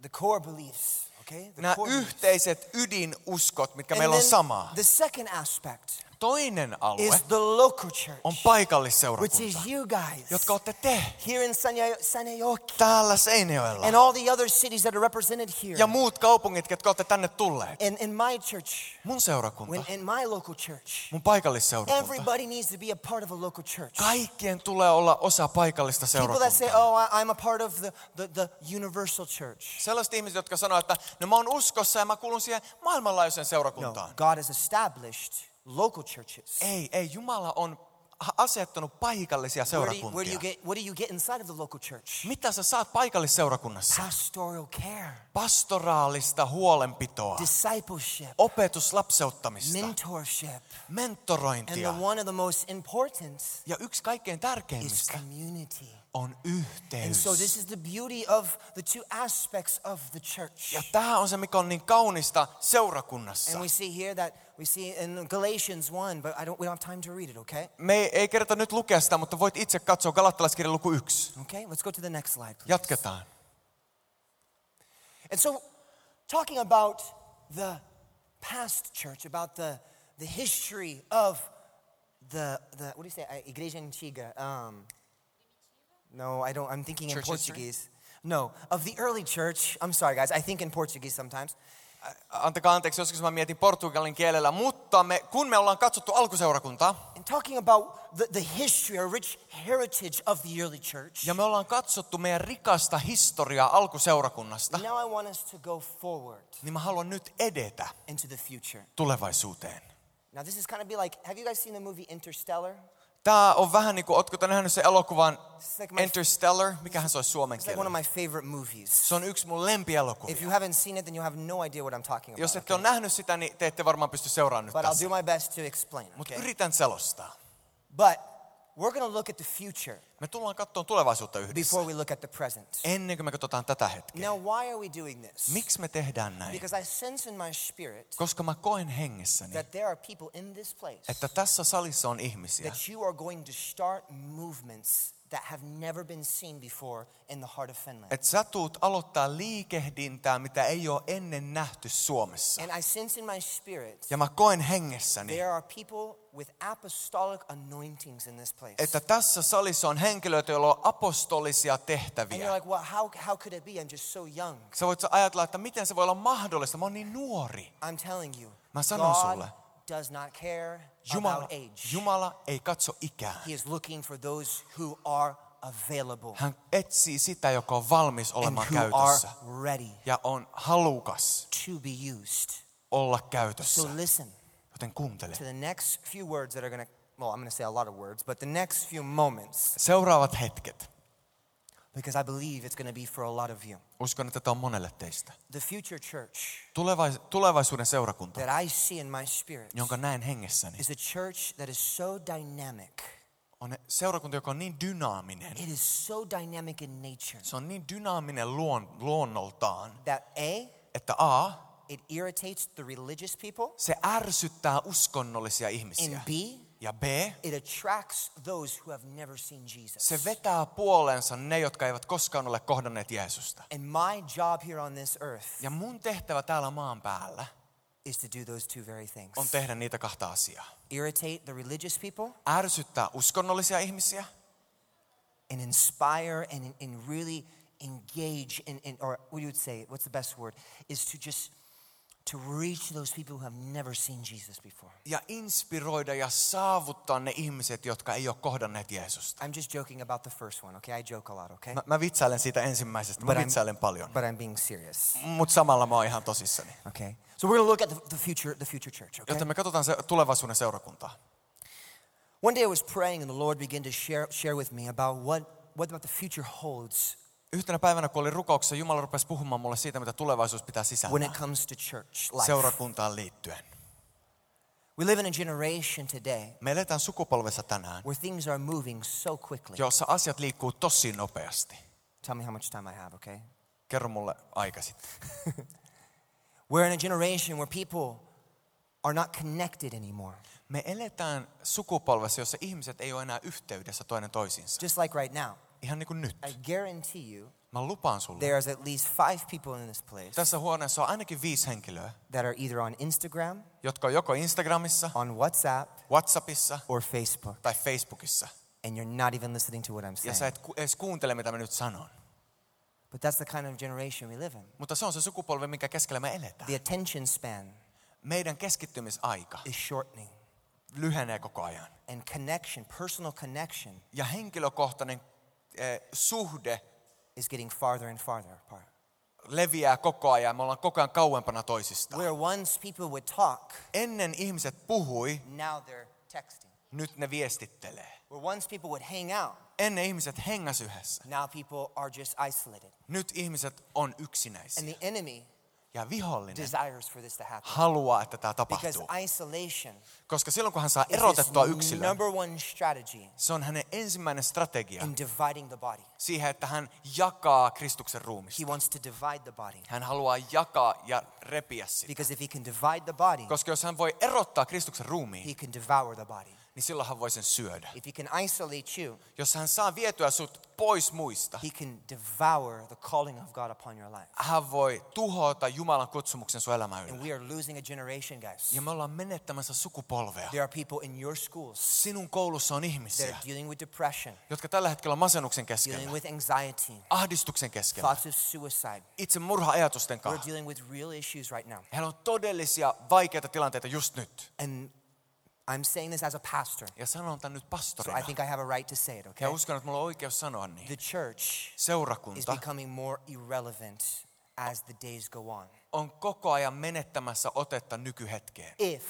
A: The core beliefs, okay? The
B: Nämä
A: core beliefs.
B: yhteiset ydinaskot, mitkä
A: And
B: meillä on
A: then
B: samaa.
A: The second aspect
B: Toinen
A: is
B: alue
A: the local church,
B: on
A: which
B: paikallisseurakunta,
A: is you guys
B: jotka olette te
A: here in Sanya- Sanayoki
B: täällä Seinäjoella.
A: and all the other cities that are represented here.
B: Ja muut kaupungit, jotka olette tänne tulleet.
A: And in my church,
B: Mun
A: when
B: seurakunta,
A: in my local church,
B: mun paikallisseurakunta.
A: everybody needs to be a part of a local church.
B: Kaikkien tulee olla osa paikallista
A: People that say,
B: seurakuntaa.
A: oh, I, I'm a part of the, the, the universal church.
B: Sellaiset ihmiset, jotka sanoo, että no mä oon uskossa ja mä kuulun siihen maailmanlaajuiseen
A: No,
B: seurakuntaan.
A: God has established local churches.
B: Ei, ei, Jumala on a- asettanut paikallisia
A: Where do, you, where do you
B: seurakuntia.
A: get, what do you get inside of the local church?
B: Mitä sä saat paikallisseurakunnassa?
A: Pastoral care,
B: Pastoraalista huolenpitoa,
A: discipleship,
B: Oh, opetuslapseuttamista,
A: mentorship. And the
B: mentorointia.
A: one of the most important
B: Ja yksi kaikkein
A: is
B: tärkeimmistä
A: community.
B: on
A: And
B: yhteys.
A: so this is the beauty of the two aspects of the church.
B: Ja tämä on se, mikä on niin kaunista seurakunnassa.
A: And we see here that we see in Galatians 1, but I don't we don't have time to read it, okay?
B: Me ei, ei kerta nyt lukea sitä, mutta voit itse katsoa Galattalaiskirjan luku 1.
A: Okay, let's go to the next slide, please.
B: Jatketaan.
A: And so, talking about the past church, about the, the history of the, the, what do you say, uh, Igreja Antiga? Um, no, I don't, I'm thinking in
B: Church history?
A: Portuguese. No, of the early church. I'm sorry, guys, I think in Portuguese sometimes.
B: Antakaa anteeksi, joskus mä mietin portugalin kielellä, mutta me, kun me ollaan katsottu alkuseurakuntaa
A: And talking about the, the history, a rich heritage of the early church.
B: ja me ollaan katsottu meidän rikasta historiaa alkuseurakunnasta,
A: Now I want us to go forward
B: niin mä haluan nyt edetä
A: into the future.
B: tulevaisuuteen.
A: Now, this is kind of be like, have you guys seen the movie Interstellar?
B: Tää on vähän niin kuin, ootko te nähnyt sen elokuvan
A: It's like, my, it's
B: Interstellar? Mikähän se olisi suomen
A: like one of
B: kielellä?
A: my favorite movies.
B: Se on yksi mun
A: If
B: lempielokuvia.
A: you haven't seen it, then you have no idea what I'm talking about.
B: Jos ette ole
A: okay?
B: nähnyt sitä, niin te ette varmaan pysty seuraamaan nyt
A: But I'll do
B: tässä.
A: my best to explain.
B: Mutta
A: okay?
B: yritän selostaa.
A: But we're going to look at the future
B: Me tullaan katsomaan tulevaisuutta yhdessä,
A: before we look at the present.
B: ennen kuin me katsotaan tätä hetkeä.
A: Now, why are we doing this?
B: Miksi me tehdään näin?
A: Because I sense in my spirit
B: Koska mä koen hengessäni,
A: that there are people in this place
B: että tässä salissa on ihmisiä,
A: that you are going to start movements that have never been seen before in the heart of Finland.
B: että sä tuut aloittaa liikehdintää, mitä ei ole ennen nähty Suomessa.
A: And I sense in my spirit
B: Ja mä koen hengessäni,
A: there are people with apostolic anointings in this place.
B: että tässä salissa on henkilöitä, joilla on apostolisia
A: And you're
B: tehtäviä.
A: like, well, how, how could it be? I'm just so young.
B: Sä voit ajatella, että miten se voi olla mahdollista, mä oon niin nuori.
A: I'm telling you,
B: Mä sanon
A: God
B: sulle.
A: does not care
B: Jumala,
A: about age.
B: Jumala ei katso ikää.
A: He is looking for those who are available
B: Hän etsii sitä, joka on valmis
A: and
B: olemaan
A: who are
B: käytössä
A: ready
B: ja on halukas
A: to be used.
B: olla
A: So
B: käytössä.
A: listen
B: Joten kuuntele.
A: to the next few words that are going to, well, I'm going to say a lot of words, but the next few moments,
B: Seuraavat hetket.
A: because I believe it's going to be for a lot of you.
B: Uskon, että tämä on monelle teistä.
A: The future church
B: Tulevais- tulevaisuuden seurakunta,
A: that I see in my spirit
B: jonka näen hengessäni,
A: is a church that is so dynamic.
B: on seurakunta, joka on niin dynaaminen.
A: It is so dynamic in nature
B: Se on niin dynaaminen luon, luonnoltaan,
A: that A,
B: että A,
A: it irritates the religious people,
B: se ärsyttää uskonnollisia
A: and
B: ihmisiä.
A: B,
B: Ja B,
A: it attracts those who have never seen Jesus.
B: se vetää puoleensa ne, jotka eivät koskaan ole kohdanneet Jeesusta.
A: And my job here on this earth
B: Ja mun tehtävä täällä maan päällä
A: is to do those two very things
B: on tehdä niitä kahta asiaa.
A: irritate the religious people
B: Ärsyttää uskonnollisia ihmisiä
A: and inspire and, and really engage in, in or what you would say what's the best word is to just to reach those people who have never seen jesus before
B: ja inspiroida ja saavuttaa ne ihmiset, jotka ei ole kohdanneet Jeesusta.
A: i'm just joking about the first one okay i joke a lot okay
B: Mä, mä vitsailen siitä ensimmäisestä, mä
A: But I'm-
B: vitsailen paljon.
A: but i'm being serious
B: Mutta samalla mä oon ihan tosissani.
A: okay so we're going to look at the, the future the future church okay
B: Joten me katsotaan se tulevaisuuden seurakuntaa.
A: one day i was praying and the lord began to share share with me about what what about the future holds
B: Yhtenä päivänä, kun olin rukouksessa, Jumala rupesi puhumaan mulle siitä, mitä tulevaisuus pitää
A: when it
B: sisällään
A: comes to church life
B: seurakuntaan liittyen.
A: we live in a generation today
B: Me eletään sukupolvessa tänään,
A: where things are moving so quickly
B: jossa asiat liikkuu tosi nopeasti.
A: tell me how much time i have okay
B: Kerro mulle aika sitten.
A: We're in a generation where people are not connected anymore.
B: Me eletään sukupolvessa, jossa ihmiset ei ole enää yhteydessä toinen toisiinsa.
A: Just like right now.
B: Ihan niin kuin nyt.
A: I guarantee you
B: Mä lupaan sulle.
A: there's at least five people in this place
B: Tässä huoneessa on ainakin viisi henkilöä,
A: that are either on Instagram,
B: jotka on joko Instagramissa,
A: on WhatsApp,
B: Whatsappissa
A: or Facebook,
B: tai Facebookissa.
A: and you're not even listening to what I'm
B: Ja sä
A: saying.
B: et ku- edes kuuntele, mitä mä nyt sanon.
A: But that's the kind of generation we live in.
B: Mutta se on se sukupolvi, minkä keskellä me eletään.
A: The attention span
B: Meidän keskittymisaika
A: is shortening,
B: lyhenee koko ajan.
A: and connection, personal connection,
B: Ja henkilökohtainen eh, suhde
A: is getting farther and farther apart.
B: leviää koko ajan. Me ollaan koko ajan kauempana toisista.
A: Where once people would talk,
B: Ennen ihmiset puhui,
A: now they're texting.
B: nyt ne viestittelee.
A: Where once people would hang out,
B: Ennen ihmiset hengäs yhdessä.
A: now people are just isolated.
B: Nyt ihmiset on
A: And
B: yksinäisiä.
A: the enemy
B: Ja vihollinen
A: desires for this to happen.
B: haluaa, että tämä
A: Because
B: tapahtuu.
A: isolation
B: Koska silloin, kun hän saa
A: is
B: erotettua
A: his
B: yksilön,
A: number one strategy
B: se on hänen ensimmäinen strategia
A: in dividing the body.
B: siihen, että hän jakaa Kristuksen ruumista.
A: He wants to divide the body.
B: Hän haluaa jakaa ja repiä sitä.
A: Because if he can divide the body,
B: Koska jos hän voi erottaa Kristuksen ruumiin,
A: he can devour the body.
B: niin silloin hän voi sen syödä.
A: If he can isolate you,
B: Jos hän saa vietyä sut pois muista,
A: he can devour the calling of God upon your life.
B: hän voi tuhota Jumalan kutsumuksen sun elämään
A: And
B: yllä.
A: we are losing a generation, guys.
B: Ja me ollaan menettämässä sukupolvea.
A: There are people in your schools
B: Sinun koulussa on
A: that are
B: ihmisiä,
A: dealing with depression,
B: jotka tällä hetkellä on masennuksen
A: dealing
B: keskellä,
A: with anxiety,
B: ahdistuksen keskellä,
A: thoughts of suicide.
B: itse murha-ajatusten
A: We're
B: kanssa.
A: dealing with real issues right now.
B: Heillä on todellisia vaikeita tilanteita just nyt.
A: And I'm saying this as a pastor.
B: Ja sanon tämän nyt
A: So I
B: pastorina.
A: think I have a right to say it, okay?
B: Ja uskon, että mulla on oikeus sanoa niin.
A: The church is
B: Seurakunta
A: becoming more irrelevant as the days go on.
B: on koko ajan menettämässä otetta nykyhetkeen.
A: If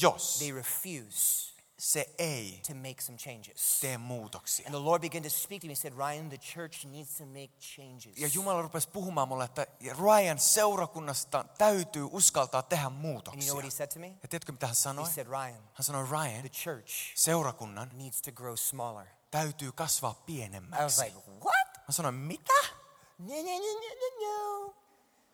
B: Jos
A: they refuse
B: se ei
A: to make some changes.
B: tee muutoksia.
A: And the Lord began to speak to me and said, Ryan, the church needs to make changes.
B: Ja Jumala rupesi puhumaan mulle, että Ryan seurakunnasta täytyy uskaltaa tehdä
A: And you know
B: muutoksia.
A: what he said to me?
B: Ja tiedätkö mitä hän
A: He
B: sanoi?
A: said, Ryan,
B: Hän sanoi,
A: the
B: Ryan,
A: church
B: seurakunnan
A: needs to grow smaller.
B: täytyy kasvaa
A: I was
B: pienemmäksi.
A: like, What?
B: Mä sanoin, mitä?
A: No, no, no, no,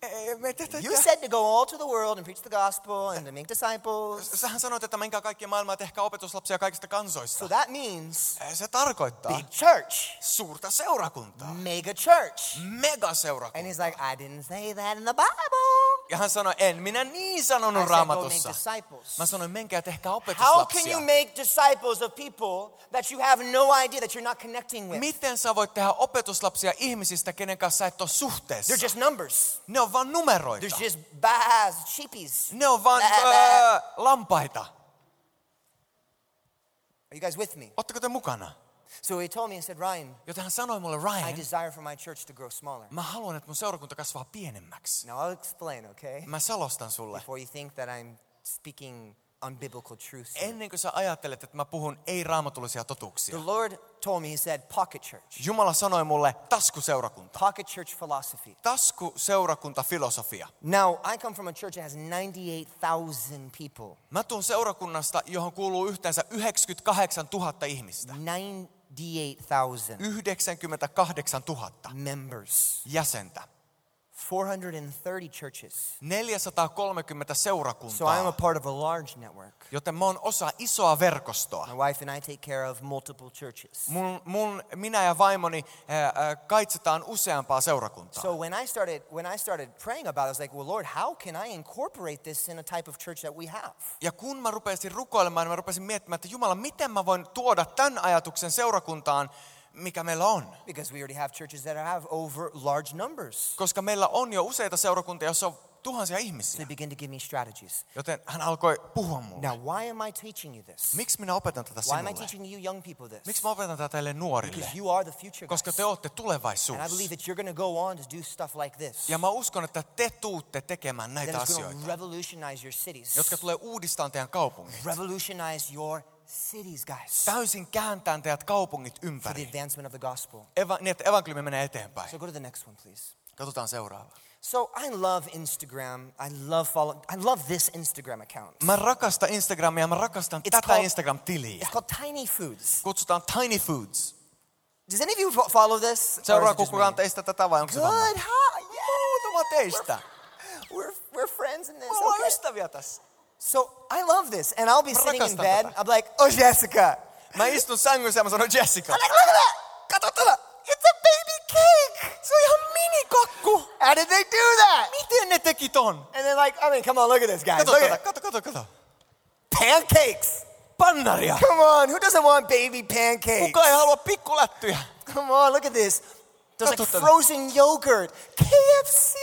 B: Ei, me tätä-
A: no. You said to go all to the world and preach the gospel and to make disciples.
B: Sähän sanoit, että menkää kaikkia maailmaa, tehkää opetuslapsia kaikista
A: So
B: kansoista.
A: that means
B: Se tarkoittaa
A: big church,
B: suurta seurakuntaa,
A: mega church. And
B: megaseurakuntaa.
A: he's like, I didn't say that in the Bible.
B: Ja hän sanoi, en minä niin sanonut
A: I said, go make
B: raamatussa.
A: disciples.
B: Mä sanoin, menkää tehkää
A: How can
B: opetuslapsia.
A: you make disciples of people that you have no idea that you're not connecting with?
B: Miten sä voit tehdä opetuslapsia ihmisistä, kenen kanssa sä et ole suhteessa?
A: They're just numbers.
B: Ne on vaan
A: There's
B: numeroita.
A: just baas, sheepies.
B: Ne on vaan
A: Bää, bää.
B: öö, lampaita.
A: Are you guys with me?
B: Otteko te mukana?
A: So he told me and said, Ryan,
B: Joten hän sanoi mulle,
A: I
B: Ryan,
A: desire for my church to grow smaller.
B: mä haluan, että mun seurakunta kasvaa pienemmäksi. Mm.
A: Now I'll explain, okay?
B: Mä selostan sulle.
A: Before you think that I'm speaking unbiblical truths. here.
B: Ennen kuin sä ajattelet, että mä puhun ei-raamatullisia
A: The
B: totuuksia.
A: Lord told me, He said, pocket church,
B: Jumala sanoi mulle taskuseurakunta.
A: pocket church philosophy.
B: Taskuseurakunta filosofia.
A: Now, I come from a church that has 98,000 people.
B: Mä tuun seurakunnasta, johon kuuluu yhteensä 98 000 ihmistä.
A: 98,000
B: 98 000
A: members,
B: jäsentä.
A: 430 churches.
B: 430
A: So I'm a
B: seurakuntaa.
A: part of a large network.
B: Joten mä oon osa isoa verkostoa.
A: My wife and I take care of multiple churches.
B: Mun, mun, minä ja vaimoni ää, ää, kaitsetaan useampaa seurakuntaa.
A: So when I started when I started praying about it, I was like, well, Lord, how can I incorporate this in a type of church that we have?
B: Ja kun mä rupesin rukoilemaan, niin mä rupesin miettimään, että Jumala, miten mä voin tuoda tämän ajatuksen seurakuntaan, mikä meillä on.
A: Because we already have churches that have over large numbers.
B: Koska meillä on jo useita seurakuntia, joissa on tuhansia
A: So they
B: ihmisiä.
A: begin to give me strategies.
B: Joten hän alkoi puhua mulle.
A: Now, why am I teaching you this?
B: Miksi minä opetan tätä
A: Why am I
B: sinulle?
A: teaching you young people this?
B: Miksi mä opetan tätä teille nuorille?
A: Because you are the future.
B: Koska
A: guys.
B: te olette
A: And I believe
B: tulevaisuus.
A: that you're going to go on to do stuff like this.
B: Ja mä uskon, että te tuutte tekemään
A: That
B: näitä
A: is going to
B: asioita,
A: revolutionize your cities.
B: jotka tulee uudistaan teidän kaupungin.
A: Revolutionize your cities, guys.
B: Täysin kääntään teidät kaupungit
A: For the
B: ympäri.
A: advancement of the gospel.
B: Eva, niin, että evankeliumi menee eteenpäin.
A: So go to the next one, please.
B: Katsotaan seuraava.
A: So I love Instagram. I love follow. I love this Instagram account.
B: Mä rakastan Instagramia, mä rakastan
A: It's
B: tätä
A: called-
B: Instagram-tiliä.
A: It's called Tiny Foods.
B: Kutsutaan Tiny Foods.
A: Does any of you fo- follow this? Or is
B: Seuraa
A: it just me?
B: kukaan teistä tätä vai onko se vamma?
A: Good. Huh? Yeah.
B: Muutama teistä.
A: We're, we're friends in this.
B: Me ollaan
A: Okay.
B: ystäviä tässä.
A: So I love this, and I'll be sitting in
B: rakastan
A: bed.
B: tätä.
A: I'm like, oh Jessica.
B: Mä istun sängyssä ja mä sanon Jessica.
A: I'm like, look at that. Kato tätä. It's a baby cake.
B: Se on ihan minikakku.
A: How did they do that?
B: Miten ne teki ton?
A: And then like, I mean, come on, look at this, guys.
B: Kato,
A: Look
B: tätä,
A: at
B: kato, kato, kato.
A: pancakes.
B: Pannaria.
A: Come on, who doesn't want baby pancakes?
B: Kuka ei halua pikkulättyjä?
A: Come on, look at this. There's like
B: Kato tätä.
A: frozen yogurt, KFC.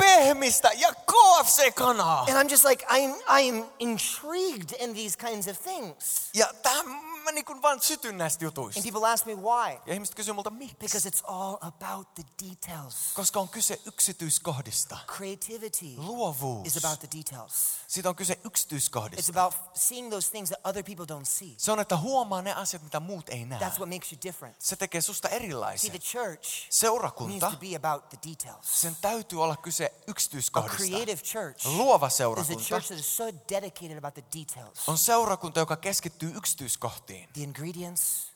B: Pehmistä ja KFC-kanaa.
A: And I'm just like, I'm, I'm intrigued in these kinds of things.
B: Ja tähän mä niin kuin vaan sytyn näistä jutuista.
A: And people ask me why.
B: Ja ihmiset kysyy multa miksi.
A: Because it's all about the details.
B: Koska on kyse yksityiskohdista.
A: Creativity
B: Luovuus.
A: is about the details.
B: Siitä on kyse
A: It's
B: yksityiskohdista.
A: about seeing those things that other people don't see.
B: Se on, että huomaa ne asiat, mitä muut ei näe.
A: That's what makes you different.
B: Se tekee susta
A: See, the
B: erilaisen.
A: church needs
B: Seurakunta,
A: to be about the details.
B: sen täytyy olla kyse
A: A
B: yksityiskohdista.
A: creative church
B: Luova
A: is a
B: seurakunta
A: church that is so dedicated about the details,
B: on seurakunta, joka keskittyy yksityiskohtiin,
A: the ingredients,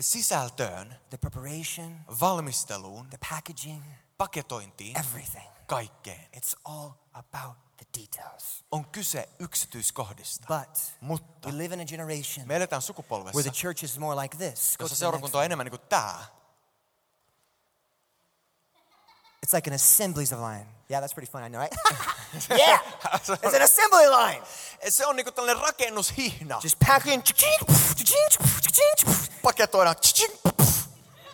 B: sisältöön,
A: the preparation,
B: valmisteluun,
A: the packaging,
B: paketointiin,
A: everything.
B: kaikkeen.
A: It's all about the details.
B: On kyse yksityiskohdista.
A: But
B: Mutta
A: we live in a generation
B: me eletään
A: where the
B: sukupolvessa,
A: church is more like this. Go
B: jossa
A: to the next
B: seurakunta on enemmän niin kuin tämä.
A: one. It's like an assemblies of line. Yeah, that's pretty fun, I know, right? yeah, it's an assembly line.
B: Se on niin kuin tällainen rakennushihna.
A: Just packing. No,
B: paketoidaan.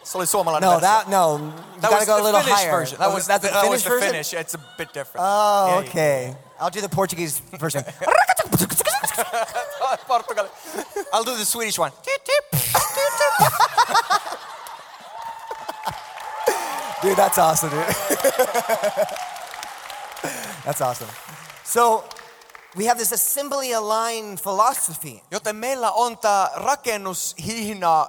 B: Se oli suomalainen versio.
A: that no. You gotta go a little
B: Finnish
A: higher.
B: version. That was,
A: that's the
B: that
A: Finnish
B: was the
A: version.
B: Finnish. It's a bit different. Yeah,
A: Oh,
B: yeah.
A: okay. I'll do the Portuguese version.
B: Oh, Portugali. I'll do the Swedish one.
A: dude, that's awesome, dude. that's awesome. So we have this assembly aligned philosophy.
B: Joten meillä on tämä rakennushihna,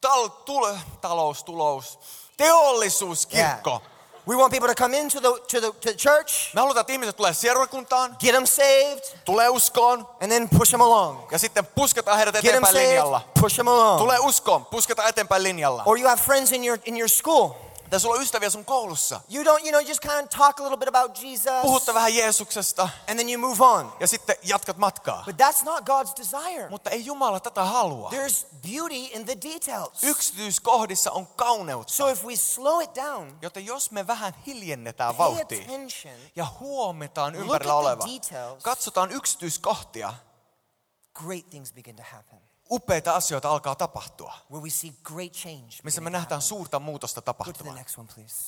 B: tal, tul, talous, tulous, teollisuuskirkko.
A: We want people to come into the to the to the church,
B: Me halutaan, että ihmiset tulee seurakuntaan,
A: get them saved,
B: tulee uskoon
A: and then push them along.
B: ja sitten pusketaan heidät
A: Get them
B: eteenpäin
A: saved,
B: linjalla.
A: push them along.
B: Tulee uskoon, pusketaan eteenpäin linjalla.
A: Or you have friends in your in your school.
B: Tai sulla on ystäviä sun koulussa.
A: You don't, you know, you just kind of talk a little bit about Jesus,
B: Puhutte vähän Jeesuksesta
A: and then you move on.
B: ja sitten jatkat matkaa.
A: But that's not God's desire.
B: Mutta ei Jumala tätä halua.
A: There's beauty in the details.
B: Yksityiskohdissa on kauneutta.
A: So if we slow it down,
B: Joten jos me vähän hiljennetään
A: pay
B: vauhtia
A: attention,
B: ja huomitaan
A: Look
B: ympärillä
A: at the
B: oleva,
A: details.
B: katsotaan yksityiskohtia,
A: great things begin to happen.
B: upeita asioita alkaa tapahtua,
A: Where we see great change.
B: missä
A: beginning
B: me
A: to
B: nähdään
A: happen.
B: suurta
A: Go
B: muutosta
A: to the
B: tapahtumaan.
A: next one, please.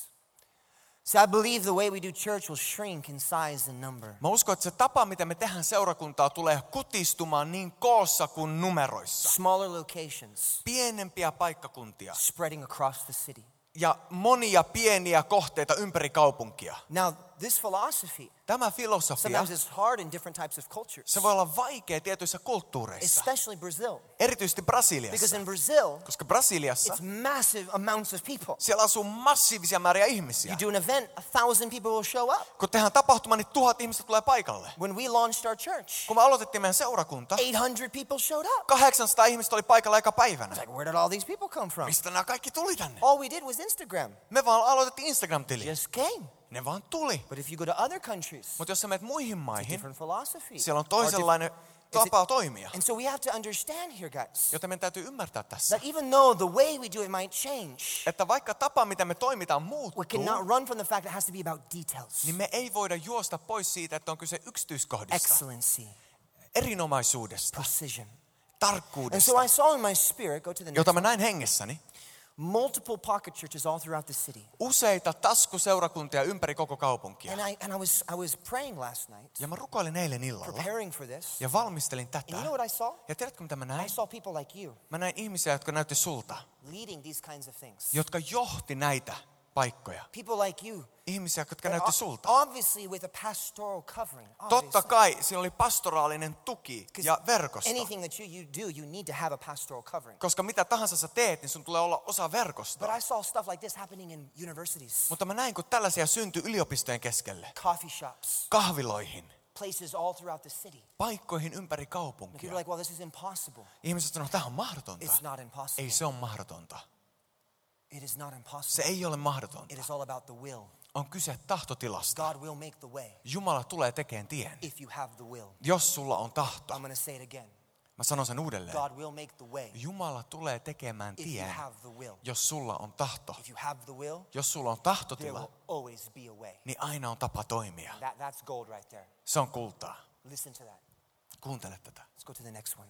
A: See, I believe the way we do church will shrink in size and number.
B: Mä uskon, että se tapa, miten me tehdään seurakuntaa, tulee kutistumaan niin koossa kuin numeroissa.
A: Smaller locations
B: Pienempiä paikkakuntia
A: spreading across the city.
B: ja monia pieniä kohteita ympäri kaupunkia.
A: Now, this philosophy,
B: Tämä filosofia,
A: sometimes it's hard in different types of cultures,
B: se voi olla vaikea tietyissä kulttuureissa,
A: especially Brazil.
B: erityisesti
A: Because
B: Brasiliassa.
A: in Brazil,
B: Koska Brasiliassa
A: it's massive amounts of people.
B: siellä asuu massiivisia määriä
A: You
B: ihmisiä.
A: do an event, a thousand people will show up.
B: Kun tehdään tapahtuma, niin tuhat ihmistä tulee paikalle.
A: When we launched our church,
B: Kun me aloitettiin meidän seurakunta,
A: 800 people showed up.
B: 800 ihmistä oli paikalla eka
A: It's
B: päivänä.
A: like, where did all these people come from?
B: Mistä nämä kaikki tuli tänne?
A: All we did was Instagram.
B: Me vaan aloitettiin Instagram-tili.
A: Just came.
B: Ne vaan tuli.
A: But if you go to other countries,
B: Mutta jos sä menet muihin maihin,
A: different philosophy.
B: siellä on
A: Or diff-
B: toisenlainen tapa toimia.
A: And so we have to understand here, guys,
B: Joten meidän täytyy ymmärtää tässä,
A: that even though the way we do it might change,
B: että vaikka tapa, mitä me toimitaan,
A: we
B: muuttuu,
A: cannot run from the fact that it has to be about details,
B: niin me ei voida juosta pois siitä, että on kyse yksityiskohdista,
A: excellency,
B: erinomaisuudesta,
A: precision. And so I
B: tarkkuudesta,
A: saw in my spirit, go to the next,
B: jota mä näin hengessäni.
A: multiple pocket churches all throughout the city.
B: Useita taskuseurakuntia ympäri koko kaupunkia.
A: And I, and I, was, I was praying last night,
B: Ja mä rukoilin eilen illalla
A: preparing for this.
B: ja valmistelin
A: And
B: tätä.
A: you know what I saw?
B: Ja tiedätkö, mitä mä
A: I
B: näin?
A: saw people like you
B: Mä näin ihmisiä, jotka näytti sulta,
A: leading these kinds of things.
B: jotka johti näitä paikkoja.
A: People like you,
B: Ihmisiä, jotka
A: that
B: näytti
A: o-
B: sulta.
A: obviously with a pastoral covering.
B: Totta
A: obviously.
B: kai, siinä oli pastoraalinen tuki
A: 'Cause
B: ja verkosto.
A: Anything that you, you do, you need to have a pastoral covering.
B: Koska mitä tahansa sä teet, niin sun tulee olla osa
A: But I
B: verkostoa.
A: saw stuff like this happening in universities,
B: Mutta mä näin, kun tällaisia syntyi yliopistojen keskelle,
A: coffee shops,
B: kahviloihin,
A: places all throughout the city.
B: paikkoihin ympäri
A: And
B: kaupunkia.
A: people are Niin like, well, this is impossible.
B: Ihmiset sanoo, tämä on mahdotonta.
A: It's not impossible.
B: Ei se on mahdotonta.
A: It is not
B: Se
A: impossible.
B: ei ole mahdotonta.
A: It is all about the will.
B: On kyse tahtotilasta.
A: God will make the way
B: Jumala tulee tekemään tien,
A: if you have the will.
B: jos sulla on tahto.
A: I'm going to say it again.
B: Mä sanon sen uudelleen.
A: Um, God will make the way
B: Jumala tulee tekemään
A: if you
B: tien,
A: have the will.
B: jos sulla on tahto.
A: If you have the will,
B: Jos sulla on
A: there
B: tahtotila,
A: will always be a way.
B: niin aina on tapa toimia.
A: That, that's gold right there.
B: Se on kultaa.
A: Listen to that.
B: Kuuntele tätä.
A: Let's go to the next one.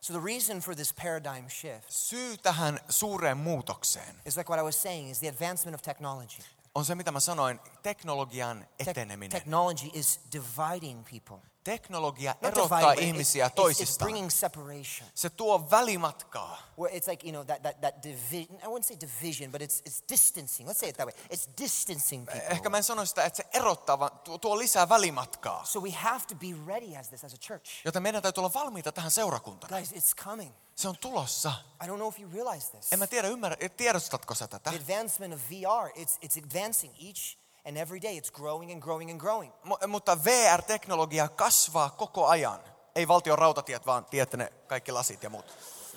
A: So, the reason for this paradigm shift
B: Syy tähän suureen muutokseen
A: is like what I was saying is the advancement of technology.
B: on se, mitä mä sanoin, teknologian
A: Tec-
B: eteneminen.
A: technology is dividing people.
B: Teknologia
A: Not
B: erottaa
A: dividing, but it's,
B: ihmisiä
A: it's- it's
B: toisistaan.
A: bringing separation.
B: Se tuo välimatkaa.
A: Where it's like, you know, that, that, that division. I wouldn't say division, but it's, it's distancing. Let's say it that way. It's distancing
B: E- Ehkä
A: people.
B: mä en sano sitä, että se erottaa, vaan tuo, tuo lisää välimatkaa.
A: So we have to be ready as this, as a church.
B: Joten meidän täytyy olla valmiita tähän seurakuntana.
A: Guys, it's coming.
B: Se on tulossa.
A: I don't know if you realize this.
B: En mä tiedä, ymmärrä, e, tiedostatko sä tätä?
A: The advancement of VR, it's, it's advancing each and every day. It's growing and growing and growing.
B: Mu- mutta VR-teknologia kasvaa koko ajan. Ei valtion rautatiet, vaan tiedätte ne kaikki lasit ja muut.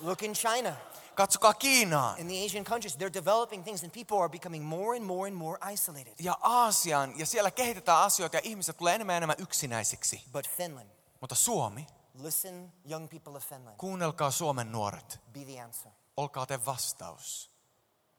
A: Look in China,
B: Katsokaa Kiinaan
A: in the Asian countries, they're developing things and people are becoming more and more and more isolated.
B: ja Aasiaan, ja siellä kehitetään asioita ja ihmiset tulee enemmän ja enemmän yksinäisiksi.
A: But Finland,
B: Mutta Suomi,
A: listen, young people of Finland,
B: kuunnelkaa Suomen nuoret.
A: be the answer.
B: Olkaa te vastaus.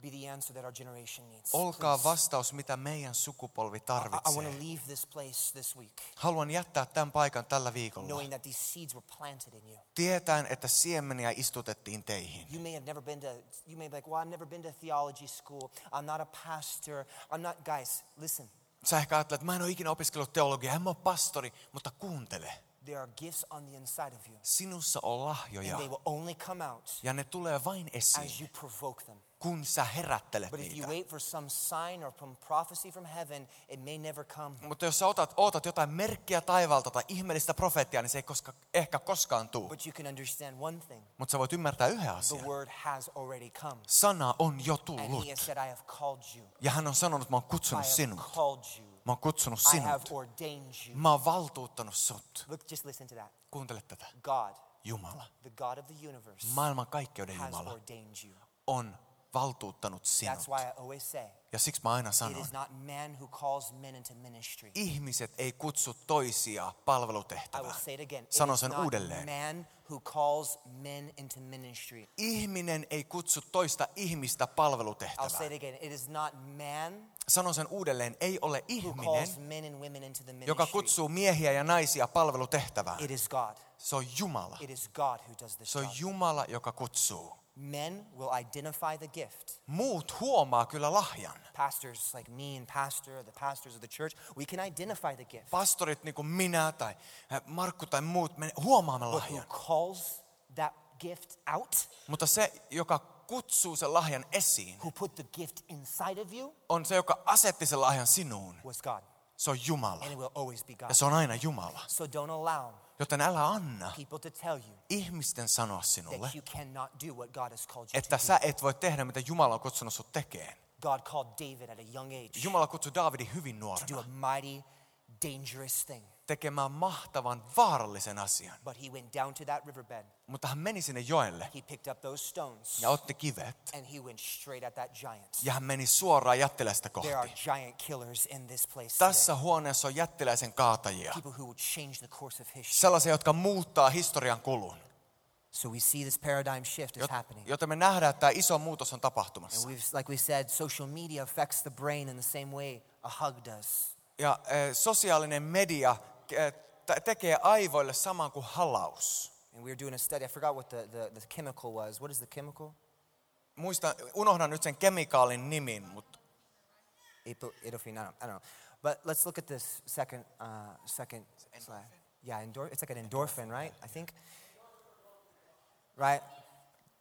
A: Be the answer that our generation needs.
B: Olkaa
A: please.
B: vastaus, mitä meidän sukupolvi
A: I, want to
B: tarvitsee.
A: leave this place this week
B: Haluan jättää tämän paikan tällä viikolla.
A: knowing that these seeds were planted in you.
B: Tietäen, että siemeniä istutettiin teihin.
A: You may have never been to, you may be like, well, I've never been to theology school. I'm not a pastor. I'm not, guys, listen,
B: Sä ehkä ajattelet, että mä en ole ikinä opiskellut teologiaa, en mä ole pastori, mutta kuuntele.
A: there are gifts on the inside of you.
B: Sinussa on lahjoja
A: And they will only come out
B: ja ne tulee vain
A: as
B: esiin,
A: you provoke them.
B: kun sä herättelet
A: But if you
B: niitä.
A: wait for some sign or from prophecy from heaven, it may never come.
B: Mutta jos sä otat, ootat jotain merkkiä taivaalta tai ihmeellistä profeettia, niin se ei koska, ehkä koskaan tuu.
A: But you can understand one thing
B: Mutta sä voit ymmärtää yhden
A: the
B: asian.
A: word has already come.
B: Sana on jo
A: And
B: tullut.
A: he has said, I have called you.
B: Ja hän on sanonut, mä oon
A: I
B: kutsunut
A: have
B: sinut.
A: called you.
B: Mä oon kutsunut
A: I have
B: sinut.
A: ordained you.
B: Mä oon valtuuttanut sut.
A: Look, just listen to that.
B: Kuuntele tätä.
A: God,
B: Jumala,
A: the God of the universe,
B: maailman kaikkeuden
A: has
B: Jumala,
A: ordained you.
B: on valtuuttanut sinut.
A: That's why I always say,
B: Ja siksi mä aina
A: it
B: sanon,
A: is not man who calls men into ministry.
B: ihmiset ei kutsu toisia
A: I will
B: palvelutehtävään.
A: say it again. It
B: Sanon
A: is
B: sen
A: not
B: uudelleen.
A: man who calls men into ministry.
B: Ihminen ei kutsu toista ihmistä
A: I'll say it
B: palvelutehtävään.
A: again. It is not man
B: Sanon sen uudelleen, ei ole
A: who
B: ihminen,
A: calls men and women into the ministry.
B: joka kutsuu miehiä ja naisia palvelutehtävään.
A: It is God.
B: Se on Jumala.
A: It is God who does this.
B: Se on
A: job.
B: Jumala, joka kutsuu.
A: Men will identify the gift.
B: Muut huomaa kyllä lahjan.
A: Pastors like me and pastor, the pastors of the church, we can identify the gift.
B: Pastorit niin kuin minä tai äh, Markku tai muut, me huomaamme
A: But who
B: lahjan.
A: calls that gift out
B: Mutta se, joka kutsuu sen lahjan esiin,
A: who put the gift inside of you
B: on se, joka asetti sen lahjan sinuun.
A: was God.
B: Se on Jumala.
A: And it will always be God.
B: Ja se on aina Jumala.
A: So don't allow
B: Joten älä anna
A: people to tell you
B: ihmisten sanoa sinulle,
A: that you cannot do what God has called you to
B: että
A: do.
B: sä et voi tehdä, mitä Jumala on kutsunut sut tekemään.
A: God called David at a young age to
B: Jumala kutsui Daavidin hyvin
A: do
B: nuorena
A: a mighty, dangerous thing.
B: tekemään mahtavan vaarallisen asian.
A: But he went down to that riverbed.
B: Mutta hän meni sinne joelle
A: He picked up those stones
B: ja otti kivet.
A: and he went straight at that giant.
B: Ja hän meni suoraan jättiläistä
A: There are
B: kohti.
A: giant killers in this place.
B: Tässä
A: Today.
B: huoneessa on jättiläisen kaatajia.
A: People who will change the course of history.
B: Sellaisia, jotka muuttaa historian kulun.
A: So we see this paradigm shift is
B: Jot-
A: happening.
B: Joten me nähdään, että tämä iso muutos on
A: And
B: tapahtumassa.
A: we've, like we said, social media affects the brain in the same way a hug does.
B: Ja eh, sosiaalinen media eh, te- tekee aivoille saman kuin halaus.
A: And we were doing a study. I forgot what the, the, the chemical was. What is the chemical?
B: Muista, unohdan nyt sen kemikaalin nimin, mutta
A: Apo- Adelphine, I don't, I don't know. But let's look at this second, uh, second slide. Yeah, endor- it's like an endorphin, right? I think. Right?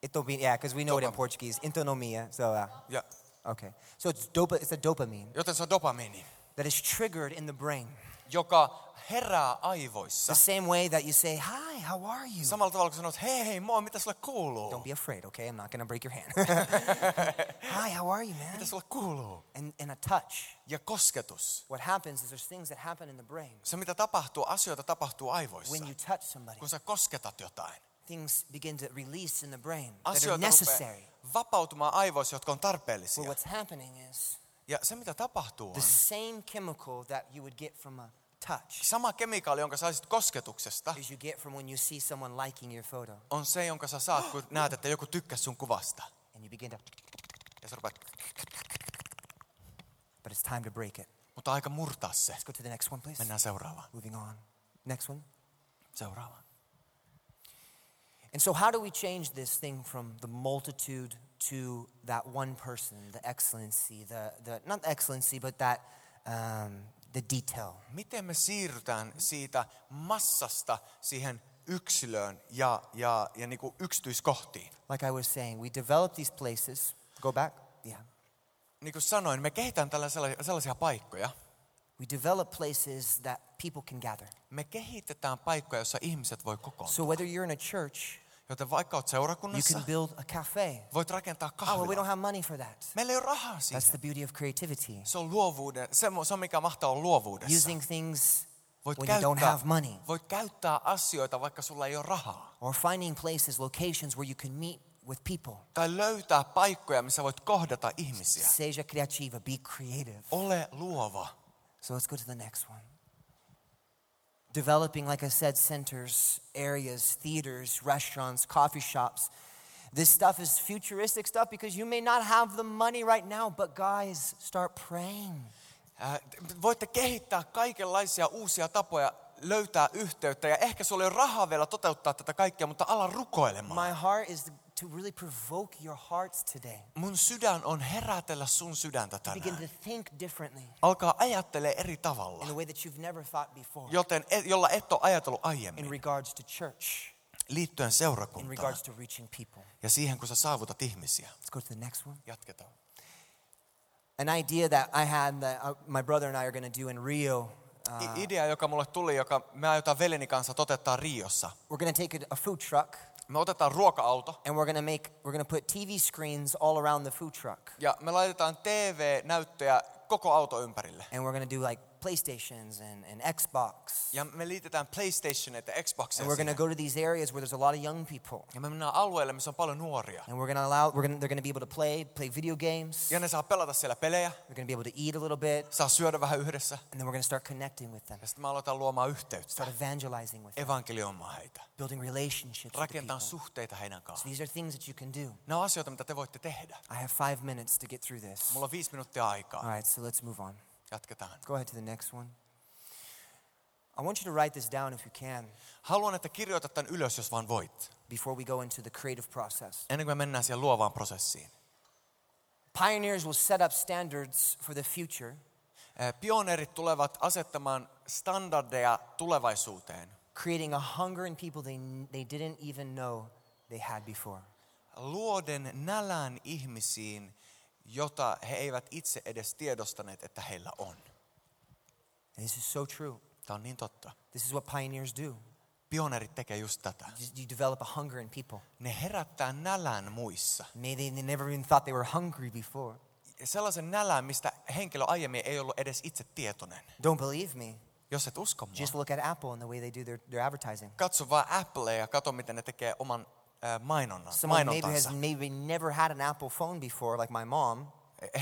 A: Itobin, yeah, because we know it in
B: Dopamine.
A: Portuguese. Intonomia. So, uh,
B: ja,
A: okay. So it's, dopa- it's a dopamine
B: joten se on dopamiini,
A: that is triggered in the brain.
B: joka herää aivoissa.
A: The same way that you say, Hi, how are you?
B: Samalla tavalla kun sanot, hei hei moi, mitä sulle
A: Don't
B: kuuluu?
A: be afraid, okay? I'm not going to break your hand. Hi, how are you, man?
B: Mitä sulle kuuluu?
A: And, and a touch.
B: Ja kosketus.
A: What happens is there's things that happen in the brain.
B: Se mitä tapahtuu, asioita tapahtuu
A: When
B: aivoissa.
A: you touch somebody,
B: Kun sä kosketat jotain.
A: things begin to release in the brain that are
B: Asioita rupeaa
A: necessary.
B: vapautumaan aivoissa, jotka on
A: Well,
B: tarpeellisia.
A: what's happening is
B: Ja se mitä tapahtuu
A: the
B: on,
A: same chemical that you would get from a touch
B: sama kemikaali, jonka saisit kosketuksesta,
A: is you get from when you see someone liking your photo
B: on se, jonka sä saat, kun näet, että joku tykkäsi sun kuvasta.
A: and you begin to,
B: Ja sä rupeat,
A: but it's time to break it.
B: mutta aika murtaa se.
A: Let's go to the next one, please.
B: Mennään seuraavaan.
A: Moving on. Next one.
B: Seuraavaan.
A: And so, how do we change this thing from the multitude to that one person, the excellency, the, the not excellency, but that um, the detail?
B: Miten me siirrytään siitä massasta siihen yksilöön ja, ja, ja niin kuin yksityiskohtiin?
A: Like I was saying, we develop these places. Go back. Yeah.
B: Niin kuin sanoin, me kehitään tällaisia sellaisia paikkoja.
A: We develop places that people can gather.
B: Me kehitetään paikkoja, jossa ihmiset voi kokoontua.
A: So whether you're in a church,
B: Joten vaikka olet
A: you
B: seurakunnassa,
A: can build a cafe.
B: voit rakentaa
A: Oh, well, we
B: kahvilan.
A: don't have money for that.
B: Meillä ei ole rahaa
A: That's the
B: siihen.
A: beauty of creativity.
B: Se on luovuuden, se, on- se on mikä mahtaa olla luovuudessa.
A: Using things
B: Voit
A: when you don't
B: käyttää,
A: have money,
B: voit käyttää asioita, vaikka sulla ei ole rahaa.
A: or finding places, locations where you can meet with people.
B: Tai löytää paikkoja, missä voit kohdata ihmisiä.
A: Seja creativa, be creative.
B: Ole luova.
A: So let's go to the next one. Developing, like I said, centers, areas, theaters, restaurants, coffee shops. This stuff is futuristic stuff because you may not have the money right now, but guys, start praying.
B: Ää, t- Voitte kehittää kaikenlaisia uusia tapoja löytää yhteyttä. Ja ehkä sulla ei ole rahaa vielä toteuttaa tätä kaikkea, mutta ala rukoilemaan.
A: My heart is to really provoke your hearts today.
B: Mun sydän on herätellä sun sydäntä
A: Begin
B: tänään.
A: to think differently
B: Alkaa ajattelee eri
A: in a
B: tavalla,
A: way that you've never thought before
B: joten, e- jolla et ole ajatellut
A: in
B: aiemmin
A: regards to church,
B: liittyen
A: in
B: seurakuntaan
A: regards to reaching people.
B: ja siihen, kun sä saavutat ihmisiä.
A: Let's go to the next one.
B: Jatketaan.
A: An idea that I had that uh, my brother and I are going to do in Rio. Uh,
B: I- idea, joka mulle tuli, joka me aiotaan veleni kanssa toteuttaa Riossa.
A: we're going to take a, a food truck
B: Me otetaan ruoka-auto
A: and we're going to make we're going to put TV screens all around the food truck
B: ja me laitetaan TV-näyttöjä koko auto ympärille.
A: and we're going to do like PlayStations and, and Xbox.
B: Ja me liitetään PlayStation ja Xboxia
A: And we're going to
B: siihen.
A: go to these areas where there's a lot of young people
B: Ja me mennään alueelle, missä on paljon nuoria.
A: and we're going to allow we're going to, they're going to be able to play play video games.
B: Ja ne saa pelata siellä pelejä,
A: We're going to be able to eat a little bit,
B: saa syödä vähän yhdessä.
A: and then we're going to start connecting with them,
B: Ja sitten me aletaan luomaan yhteyttä,
A: start evangelizing with them,
B: evankelioimaan heitä,
A: building relationships with the
B: rakentaa
A: people.
B: suhteita heidän kanssaan.
A: These are things that you can do.
B: Nämä on asioita, mitä te voitte tehdä.
A: I have five minutes to get through this.
B: Mulla on viisi minuuttia
A: All
B: aikaa.
A: right, so let's move on.
B: Jatketaan.
A: Go ahead to the next one. I want you to write this down if you can
B: Haluan, että kirjoitat tämän ylös, jos vaan voit.
A: before we go into the creative process.
B: Ennen kuin me mennään siihen luovaan prosessiin.
A: Pioneers will set up standards for the future.
B: Eh, Pioneerit tulevat asettamaan standardeja tulevaisuuteen.
A: creating a hunger in people they, they didn't even know they had before.
B: luoden nälän ihmisiin, jota he eivät itse edes tiedostaneet, että heillä on.
A: And this is so true.
B: Tämä on niin totta.
A: This is what pioneers do.
B: Pioneerit tekee just tätä.
A: You- You develop a hunger in people.
B: Ne herättää nälän muissa.
A: Maybe they never even thought they were hungry before.
B: Sellaisen nälän, mistä henkilö aiemmin ei ollut edes itse tietoinen.
A: Don't believe me.
B: Jos et usko mua,
A: Just look at Apple and the way they do their, their advertising.
B: katso vaan Applea ja katso, miten ne tekee oman äh, mainonnan,
A: Someone maybe has
B: mainontansa.
A: maybe never had an Apple phone before, like my mom.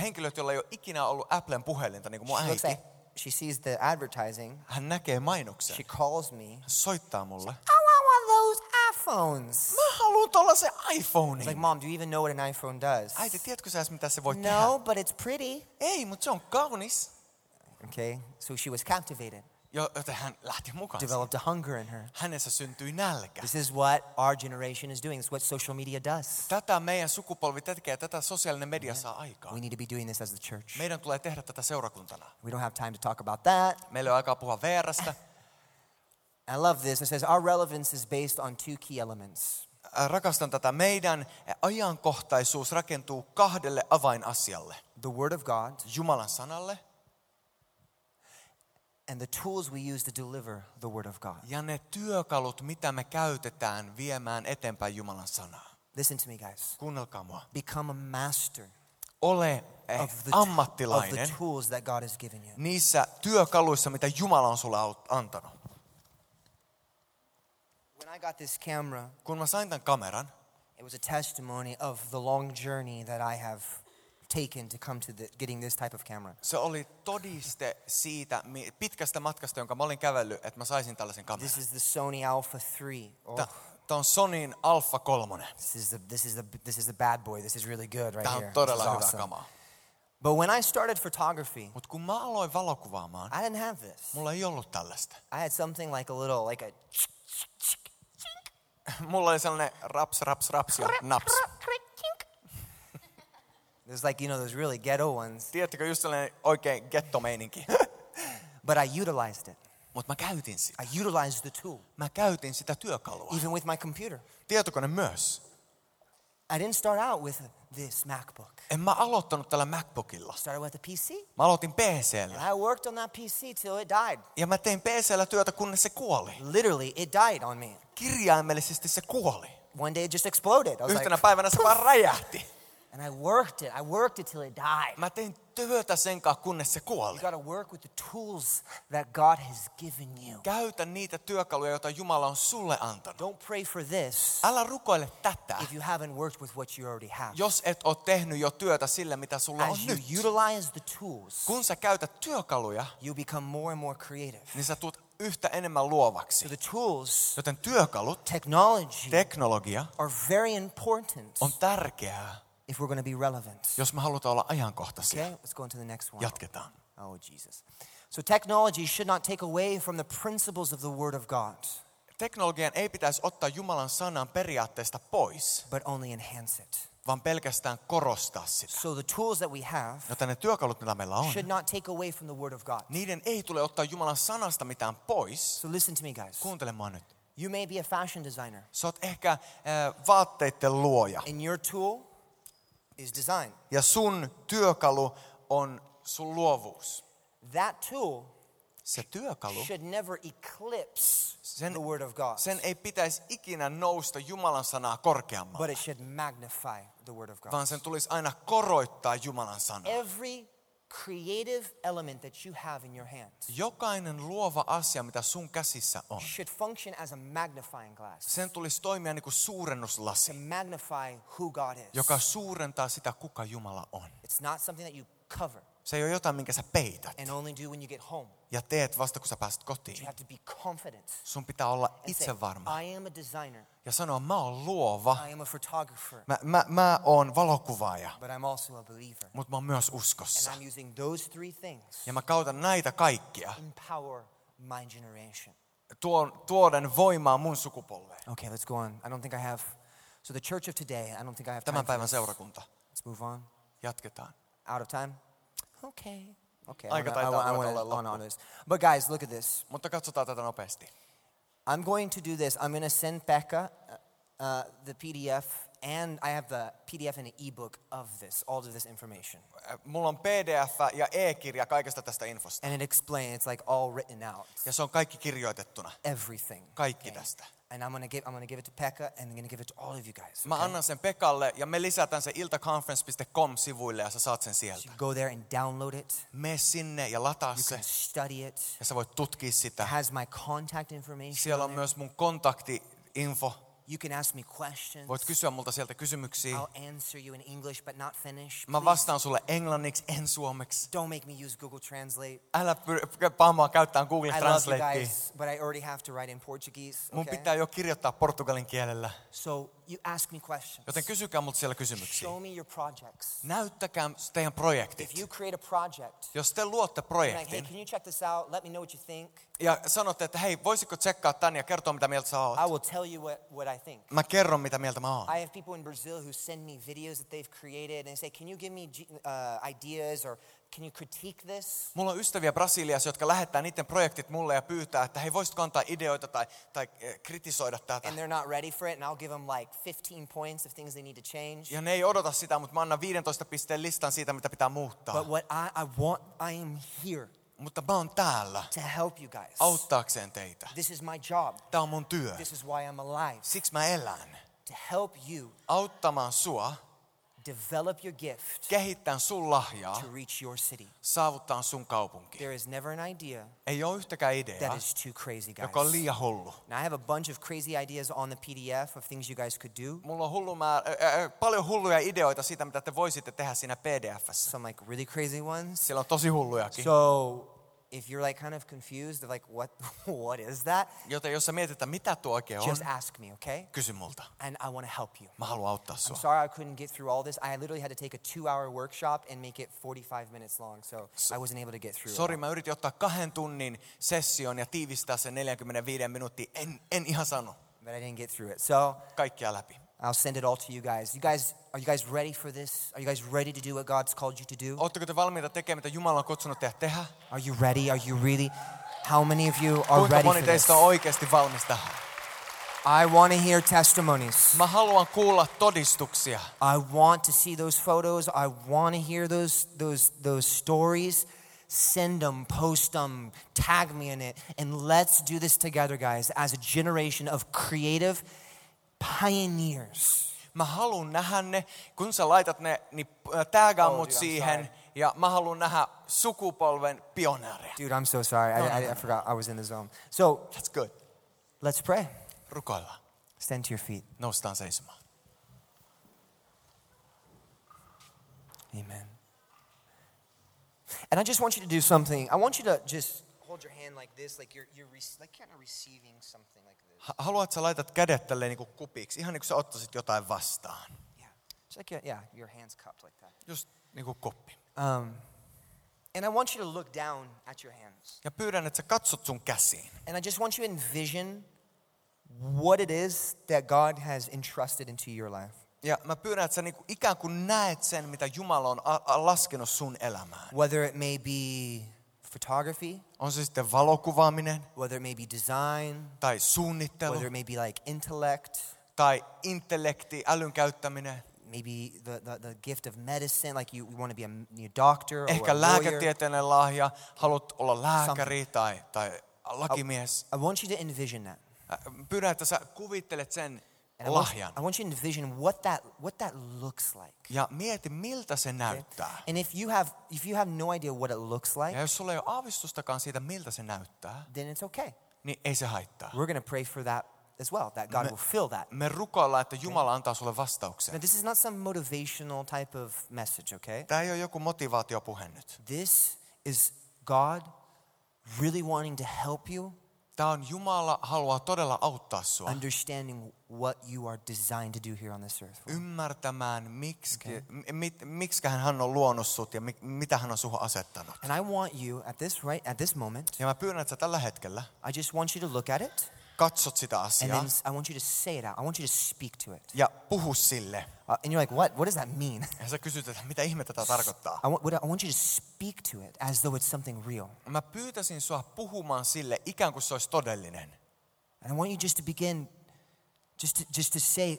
B: Henkilöt, joilla ei ole ikinä ollut Applen puhelinta, niin kuin mun
A: She looks
B: äiti,
A: at, she sees the advertising.
B: hän näkee mainoksen.
A: She calls me.
B: Hän soittaa mulle.
A: I want one of those iPhones.
B: Mä haluan tuollaisen
A: It's like,
B: iPhonein.
A: mom, do you even know what an iPhone does?
B: Äiti, tiedätkö sä edes, mitä se voi tehdä?
A: No, but it's pretty.
B: Ei, mutta se on kaunis.
A: Okay, so she was captivated,
B: Jo- Joten hän lähti mukaan.
A: developed a hunger in her.
B: Hänessä syntyi nälkä.
A: This is what our generation is doing. It's what social media does.
B: Tätä meidän sukupolvi tekee, ja tätä sosiaalinen media saa aikaan.
A: We need to be doing this as the church.
B: Meidän tulee tehdä tätä seurakuntana.
A: We don't have time to talk about that.
B: Meillä on aikaa puhua VRstä.
A: I love this. It says our relevance is based on two key elements.
B: Äh, Rakastan tätä. Meidän ajankohtaisuus rakentuu kahdelle avainasialle.
A: The word of God
B: Jumalan sanalle
A: and the tools we use to deliver the word of God.
B: ja ne työkalut, mitä me käytetään viemään eteenpäin Jumalan sanaa.
A: Listen to me guys.
B: Kuunnelkaa mua.
A: Become a master
B: Ole eh,
A: of the, of the
B: ammattilainen
A: tools that God has given you.
B: niissä työkaluissa, mitä Jumala on sulle aut- antanut.
A: When I got this camera,
B: Kun mä sain tämän kameran,
A: It was a testimony of the long journey that I have taken to come to the, getting this type of camera.
B: se oli todiste siitä mi- pitkästä matkasta, jonka mä olin kävellyt, että mä saisin tällaisen kameran.
A: This is the Sony Alpha 3. Oh,
B: Tämä on Sonin Alpha 3.
A: this is the this is the this is the bad boy. This is really good right
B: Tämä
A: here.
B: on
A: This is
B: todella hyvää
A: awesome.
B: kamaa.
A: But when I started photography,
B: Mutta kun mä aloin valokuvaamaan,
A: I didn't have this.
B: mulla ei ollut tällaista.
A: I had something like a little like a
B: Mulla oli sellainen raps, raps, raps ja naps.
A: there's like you know those really ghetto ones,
B: Tiedättekö, just sellainen oikein gettomeininki.
A: but I utilized it.
B: Mutta mä käytin sitä.
A: I utilized the tool
B: Mä käytin sitä työkalua.
A: even with my computer.
B: Tietokone myös.
A: I didn't start out with this MacBook.
B: En mä aloittanut tällä MacBookilla.
A: I started with a PC.
B: Mä aloitin PCllä.
A: And I worked on that PC till it died.
B: Ja mä tein PCllä työtä, kunnes se kuoli.
A: Literally, it died on me.
B: Kirjaimellisesti se kuoli.
A: one day it just exploded. I was
B: Yhtenä
A: like,
B: päivänä se vaan räjähti.
A: and I worked it. I worked it till it died.
B: Mä tein työtä sen kanssa, kunnes se kuoli.
A: You got to work with the tools that God has given you.
B: Käytä niitä työkaluja, joita Jumala on sulle antanut.
A: Don't pray for this
B: Älä rukoile tätä,
A: if you haven't worked with what you already have.
B: jos et ole tehnyt jo työtä sillä, mitä sulla on
A: As you
B: nyt.
A: utilize the tools,
B: Kun sä käytät työkaluja,
A: you become more and more creative.
B: niin sä tulet yhtä enemmän
A: So
B: luovaksi.
A: the tools,
B: Joten työkalut,
A: technology,
B: teknologia
A: are very important
B: on tärkeää,
A: if we're going to be relevant.
B: jos me halutaan olla ajankohtaisia.
A: Okay, let's go on to the next one.
B: Jatketaan.
A: Oh, Jesus. So technology should not take away from the principles of the Word of God,
B: Teknologian ei pitäisi ottaa Jumalan sanan periaatteesta pois,
A: but only enhance it.
B: vaan pelkästään korostaa sitä.
A: So the tools that we have
B: Joten ne työkalut, mitä meillä on,
A: should not take away from the word of God.
B: niiden ei tule ottaa Jumalan sanasta mitään pois.
A: So listen to me, guys.
B: Kuuntele mua nyt.
A: You may be a fashion designer,
B: Sä oot ehkä äh, vaatteiden luoja.
A: and your tool is design.
B: Ja sun työkalu on sun luovuus.
A: That tool
B: Se työkalu,
A: should never eclipse
B: Sen-
A: the word of God,
B: sen ei pitäisi ikinä nousta Jumalan sanaa korkeammalle,
A: but it should magnify the word of God.
B: vaan sen tulisi aina koroittaa Jumalan sanaa.
A: Every creative element that you have in your hands
B: Jokainen luova asia, mitä sun käsissä on,
A: should function as a magnifying glass
B: sen tulisi toimia niin kuin suurennuslasi.
A: to magnify who God is.
B: joka suurentaa sitä, kuka Jumala on.
A: It's not something that you cover
B: Se ei ole jotain, minkä sä peität
A: and only do when you get home.
B: ja teet vasta, kun sä pääset
A: You
B: kotiin.
A: have to be confident
B: Sun pitää olla
A: and say,
B: itse varma
A: I am a designer.
B: ja sanoa, mä oon luova,
A: I am a photographer,
B: mä, mä, mä oon valokuvaaja,
A: but I'm also a believer.
B: mutta mä oon myös
A: And
B: uskossa.
A: I'm using those three things
B: Ja mä kautan näitä kaikkia
A: to empower my generation.
B: tuon, tuoden voimaa mun sukupolveen.
A: Okay, let's go on. I don't think I have. So, the church of today, I don't think I have time.
B: Tämän
A: for
B: päivän
A: this.
B: seurakunta.
A: Let's move on.
B: Jatketaan.
A: Out of time? Okay. Okay.
B: Aika
A: I
B: taitaa
A: want, I
B: ruveta
A: want, I
B: olla
A: want to
B: loppu.
A: honor this. But, guys, look at this.
B: Mutta katsotaan tätä nopeasti.
A: I'm going to do this. I'm going to send Becca uh, the PDF and I have the PDF and an ebook of this, all of this information.
B: Äh, Mulla on PDF ja e-kirja kaikesta tästä infosta.
A: And it explains, it's like all written out,
B: Ja se on kaikki kirjoitettuna.
A: everything.
B: Kaikki tästä.
A: And I'm gonna give, I'm gonna give it to Pekka, and I'm gonna give it to all of you guys.
B: Mä
A: okay?
B: annan sen Pekalle ja me lisätään se iltaconference.com-sivuille ja sä saat sen
A: You
B: sieltä.
A: go there and download it.
B: Mene sinne ja lataa
A: You
B: se
A: can study it.
B: ja sä voit tutkia
A: It
B: sitä.
A: has my contact information.
B: Siellä on
A: on there.
B: myös mun kontaktiinfo.
A: You can ask me questions.
B: Voit kysyä multa sieltä kysymyksiä.
A: I'll answer you in English, but not Finnish.
B: Mä
A: Please
B: vastaan sulle englanniksi, en suomeksi.
A: Don't make me use Google Translate.
B: Älä pyr- paamaa käyttää Google
A: I love you
B: Translatea.
A: guys, but I already have to write in Portuguese.
B: Mun
A: okay?
B: pitää jo kirjoittaa portugalin kielellä.
A: So you ask me questions.
B: Joten kysykää multa siellä kysymyksiä.
A: Show me your projects.
B: Näyttäkää teidän projektit.
A: If you create a project,
B: Jos te luotte
A: you're like, hey,
B: projektin
A: can you check this out? Let me know what you think.
B: ja sanotte, että hei, voisitko tsekkaa tän ja kertoa, mitä mieltä sä oot.
A: I will tell you what, what I think.
B: Mä kerron, mitä mieltä mä oon.
A: I have people in Brazil who send me videos that they've created and they say, can you give me g- uh, ideas or can you critique this?
B: Mulla on ystäviä Brasiliassa, jotka lähettää niiden projektit mulle ja pyytää, että hei, voisitko antaa ideoita tai, tai eh, kritisoida tätä.
A: And they're not ready for it, and I'll give them like 15 points of things they need to change.
B: Ja ne ei odota sitä, mutta mä annan 15 pisteen listan siitä, mitä pitää muuttaa.
A: But what I, I want, I am here
B: Mutta mä oon täällä
A: to help you guys.
B: auttaakseen teitä.
A: This is my job.
B: Tämä on mun työ.
A: This is why I'm alive.
B: Siksi mä elän.
A: To help you
B: Auttamaan sua,
A: develop your gift
B: kehittää sun lahjaa,
A: to reach your city.
B: saavuttaa sun kaupunki.
A: There is never an idea
B: Ei ole yhtäkään ideaa,
A: that is too crazy, guys.
B: joka on liian hullu.
A: Now, I have a bunch of crazy ideas on the PDF of things you guys could do.
B: Mulla on hullu määrä, ä, ä, paljon hulluja ideoita siitä, mitä te voisitte tehdä siinä PDFssä.
A: Some like really crazy ones.
B: Siellä on tosi hullujakin.
A: So, if you're like kind of confused of like what what is that,
B: Joten jos sä mietit, että mitä tuo oikein on,
A: just ask me, okay?
B: kysy multa.
A: And I want to help you.
B: Mä haluan auttaa
A: I'm
B: sua.
A: sorry I couldn't get through all this. I literally had to take a two-hour workshop and make it 45 minutes long, so I wasn't able to get through. it
B: Sori,
A: all.
B: mä yritin ottaa kahden tunnin session ja tiivistää sen 45 minuuttia. En, en ihan sano
A: but I didn't get through it. So
B: kaikkia läpi.
A: I'll send it all to you guys. You guys, are you guys ready for this? Are you guys ready to do what God's called you to do?
B: Oletteko te valmiita tekemään, mitä Jumala on kutsunut teitä tehdä?
A: Are you ready? Are you really? How many of you are
B: Kuinka
A: ready
B: moni
A: for this?
B: teistä on oikeasti valmis tähän?
A: I want to hear testimonies.
B: Mä haluan kuulla todistuksia.
A: I want to see those photos. I want to hear those those those stories. Send them, post them, tag me in it, and let's do this together, guys, as a generation of creative pioneers.
B: Mä haluan nähdä ne. Kun sä laitat ne, niin äh, täägaa
A: Oh,
B: mut
A: dude, I'm
B: siihen.
A: sorry.
B: Ja mä haluan nähdä sukupolven pioneereja.
A: Dude, I'm so sorry. I, I, I forgot I was in the zone. So
B: That's good.
A: let's pray.
B: Rukoillaan.
A: Stand to your feet.
B: Noustaan seisomaan.
A: Amen. And I just want you to do something. I want you to just hold your hand like this, like you're, you're re- like kind of receiving something like this.
B: Ha- Haluat sä laitat kädet tälleen niin kuin kupiksi, ihan niin kuin sä ottaisit jotain vastaan.
A: Yeah. It's like, your, yeah, your hand's cupped like that.
B: Just niin kuin kuppi.
A: Um, and I want you to look down at your hands.
B: Ja pyydän, että sä katsot sun käsiin.
A: And I just want you to envision what it is that God has entrusted into your life.
B: Ja mä pyydän, että sä niin kuin ikään kuin näet sen, mitä Jumala on a- a- laskenut sun elämään.
A: Whether it may be photography,
B: On se sitten valokuvaaminen,
A: whether it may be design,
B: tai suunnittelu,
A: whether it may be like intellect,
B: tai intellekti, älyn käyttäminen,
A: maybe the, the, the gift of medicine, like you, you want to be a, m- a doctor or a
B: ehkä
A: lawyer.
B: lääketieteellinen lahja, haluat olla lääkäri tai, tai lakimies.
A: I want you to envision that.
B: Ä, Pyydän, että sä kuvittelet sen
A: And I, want,
B: lahjan.
A: I want you to envision what that, what that looks like.
B: Ja mieti, miltä se näyttää.
A: And if you have if you have no idea what it looks like,
B: Ja jos sulla ei ole aavistustakaan siitä, miltä se näyttää,
A: then it's okay.
B: niin ei se haittaa.
A: We're going to pray for that as well, that God
B: Me-
A: will fill that.
B: Me rukoillaan, että Jumala
A: Niin.
B: antaa sulle
A: Now,
B: vastauksen.
A: this is not some motivational type of message, okay?
B: Tämä ei ole joku motivaatiopuhe nyt.
A: This is God really wanting to help you
B: Tämä on Jumala haluaa todella auttaa sua
A: understanding what you are designed to do here on this earth.
B: ymmärtämään, miksi, mit, miksiköhän hän on luonut sut ja mi, mitä hän on suhun asettanut.
A: And I want you at this right at this moment,
B: Ja mä pyydän, että sä tällä hetkellä
A: I just want you to look at it
B: katsot sitä
A: and
B: asiaa
A: then s- I want you to say it out. I want you to speak to it.
B: ja puhu sille.
A: Uh, and you're like, "What? What does that mean?"
B: Ja sä kysyt, että mitä ihmettä tämä tarkoittaa.
A: I want, what I I want you to speak to it as though it's something real.
B: Mä pyytäisin sua puhumaan sille ikään kuin se olisi todellinen.
A: And I want you just to begin, just to, just to say,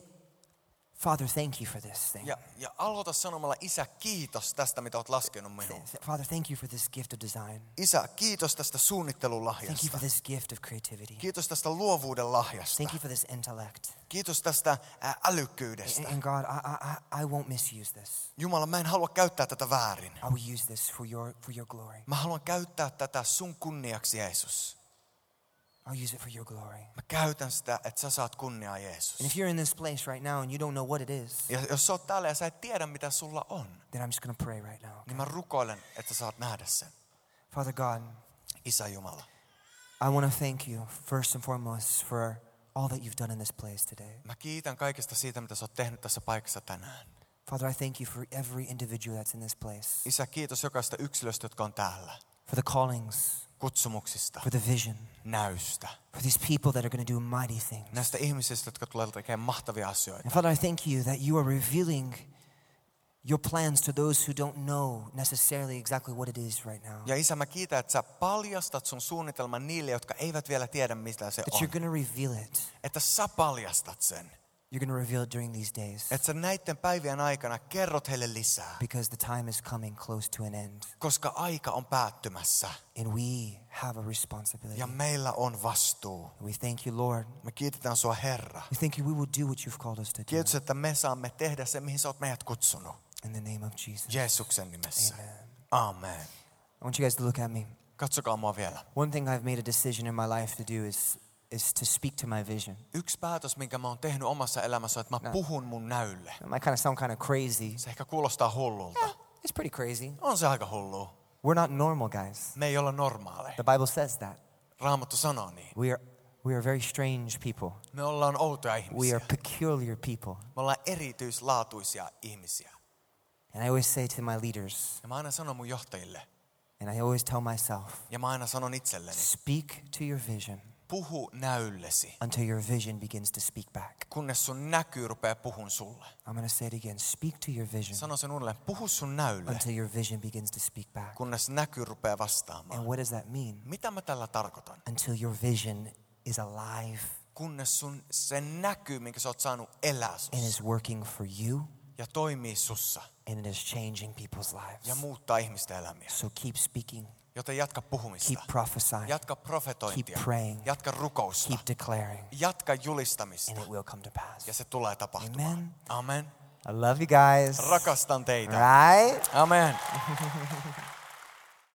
A: Father, thank you for this thing.
B: Ja, ja aloita sanomalla, isä, kiitos tästä, mitä olet laskenut
A: Th-
B: minuun.
A: th- Father, thank you for this gift of design.
B: Isä, kiitos tästä
A: Thank you for
B: suunnittelulahjasta.
A: this gift of creativity.
B: Kiitos tästä luovuuden lahjasta.
A: Thank you for this intellect.
B: Kiitos tästä ää,
A: And,
B: älykkyydestä.
A: and God, I, I, I- I won't misuse this.
B: Jumala, mä en halua käyttää tätä väärin.
A: I will use this for your, for your glory.
B: Mä haluan käyttää tätä sun kunniaksi, Jeesus.
A: I'll use it for your glory.
B: Mä käytän sitä, että sä saat kunniaa, Jeesus.
A: And if you're in this place right now and you don't know what it is,
B: Ja jos sä oot täällä ja sä et tiedä, mitä sulla on,
A: then I'm just going to pray right now.
B: niin mä rukoilen, että sä saat nähdä sen.
A: Father God,
B: Isä Jumala,
A: I want to thank you first and foremost for all that you've done in this place today.
B: mä kiitän kaikesta siitä, mitä sä oot tehnyt tässä paikassa tänään.
A: Father, I thank you for every individual that's in this place,
B: Isä, kiitos jokaista yksilöstä, jotka on täällä.
A: for the callings,
B: Kutsumuksista,
A: for the vision,
B: näystä.
A: for these people that are going to do mighty things.
B: Näistä ihmisistä, jotka tulee tekemään mahtavia asioita.
A: And Father, I thank you that you are revealing your plans to those who don't know necessarily exactly what it is right now.
B: Ja isä, mä kiitän, että sä paljastat sun suunnitelman niille, jotka eivät vielä tiedä, mitä se
A: That you're
B: on.
A: going to reveal it.
B: Että sä paljastat sen.
A: You're going to reveal it during these days
B: Että sä näiden päivien aikana kerrot heille lisää.
A: because the time is coming close to an end
B: Koska aika on päättymässä
A: and we have a responsibility.
B: ja meillä on vastuu.
A: We thank you, Lord.
B: Me kiitetään sua Herra.
A: We thank you. We will do what you've called us to do.
B: Kiitos, että me saamme tehdä se, mihin sä oot meidät kutsunut.
A: In the name of Jesus.
B: Jeesuksen nimessä.
A: Amen.
B: Amen.
A: I want you guys to look at me.
B: Katsokaa mua vielä.
A: One thing I've made a decision in my life to do is, is to speak to my vision.
B: Yksi päätös, minkä mä oon tehnyt omassa elämässä, on, että mä puhun mun näylle.
A: That might kind of sound kind of crazy.
B: Se ehkä kuulostaa hullulta.
A: It's pretty crazy.
B: On se aika hullu.
A: We're not normal guys.
B: Me ei olla normaaleja.
A: The Bible says that.
B: Raamattu sanoo niin.
A: We are, we are very strange people.
B: Me ollaan outoja
A: We
B: ihmisiä.
A: are peculiar people.
B: Me ollaan erityislaatuisia ihmisiä.
A: And I always say to my leaders,
B: Ja mä aina sanon mun johtajille,
A: and I always tell myself,
B: ja mä aina sanon itselleni,
A: speak to your vision
B: puhu näyllesi,
A: until your vision begins to speak back.
B: kunnes sun näkyy rupeaa puhun sulle.
A: I'm going to say it again. Speak to your vision
B: Sano sen uudelleen, puhu sun näylle,
A: until your vision begins to speak back.
B: kunnes näkyy rupeaa vastaamaan.
A: And what does that mean?
B: Mitä mä tällä tarkoitan?
A: Until your vision is alive
B: Kunnes sun se näkyy, minkä sä oot saanut elää
A: and
B: sussa
A: is working for you
B: ja toimii sussa
A: and it is changing people's lives.
B: ja muuttaa ihmisten elämiä.
A: So keep speaking,
B: Joten jatka puhumista,
A: keep prophesying,
B: jatka profetointia,
A: Keep praying.
B: jatka rukousta,
A: keep declaring,
B: jatka
A: and
B: julistamista
A: it will come to
B: ja
A: pass.
B: se tulee tapahtumaan.
A: Amen.
B: Amen.
A: I love you guys.
B: Rakastan teitä.
A: Right?
B: Amen.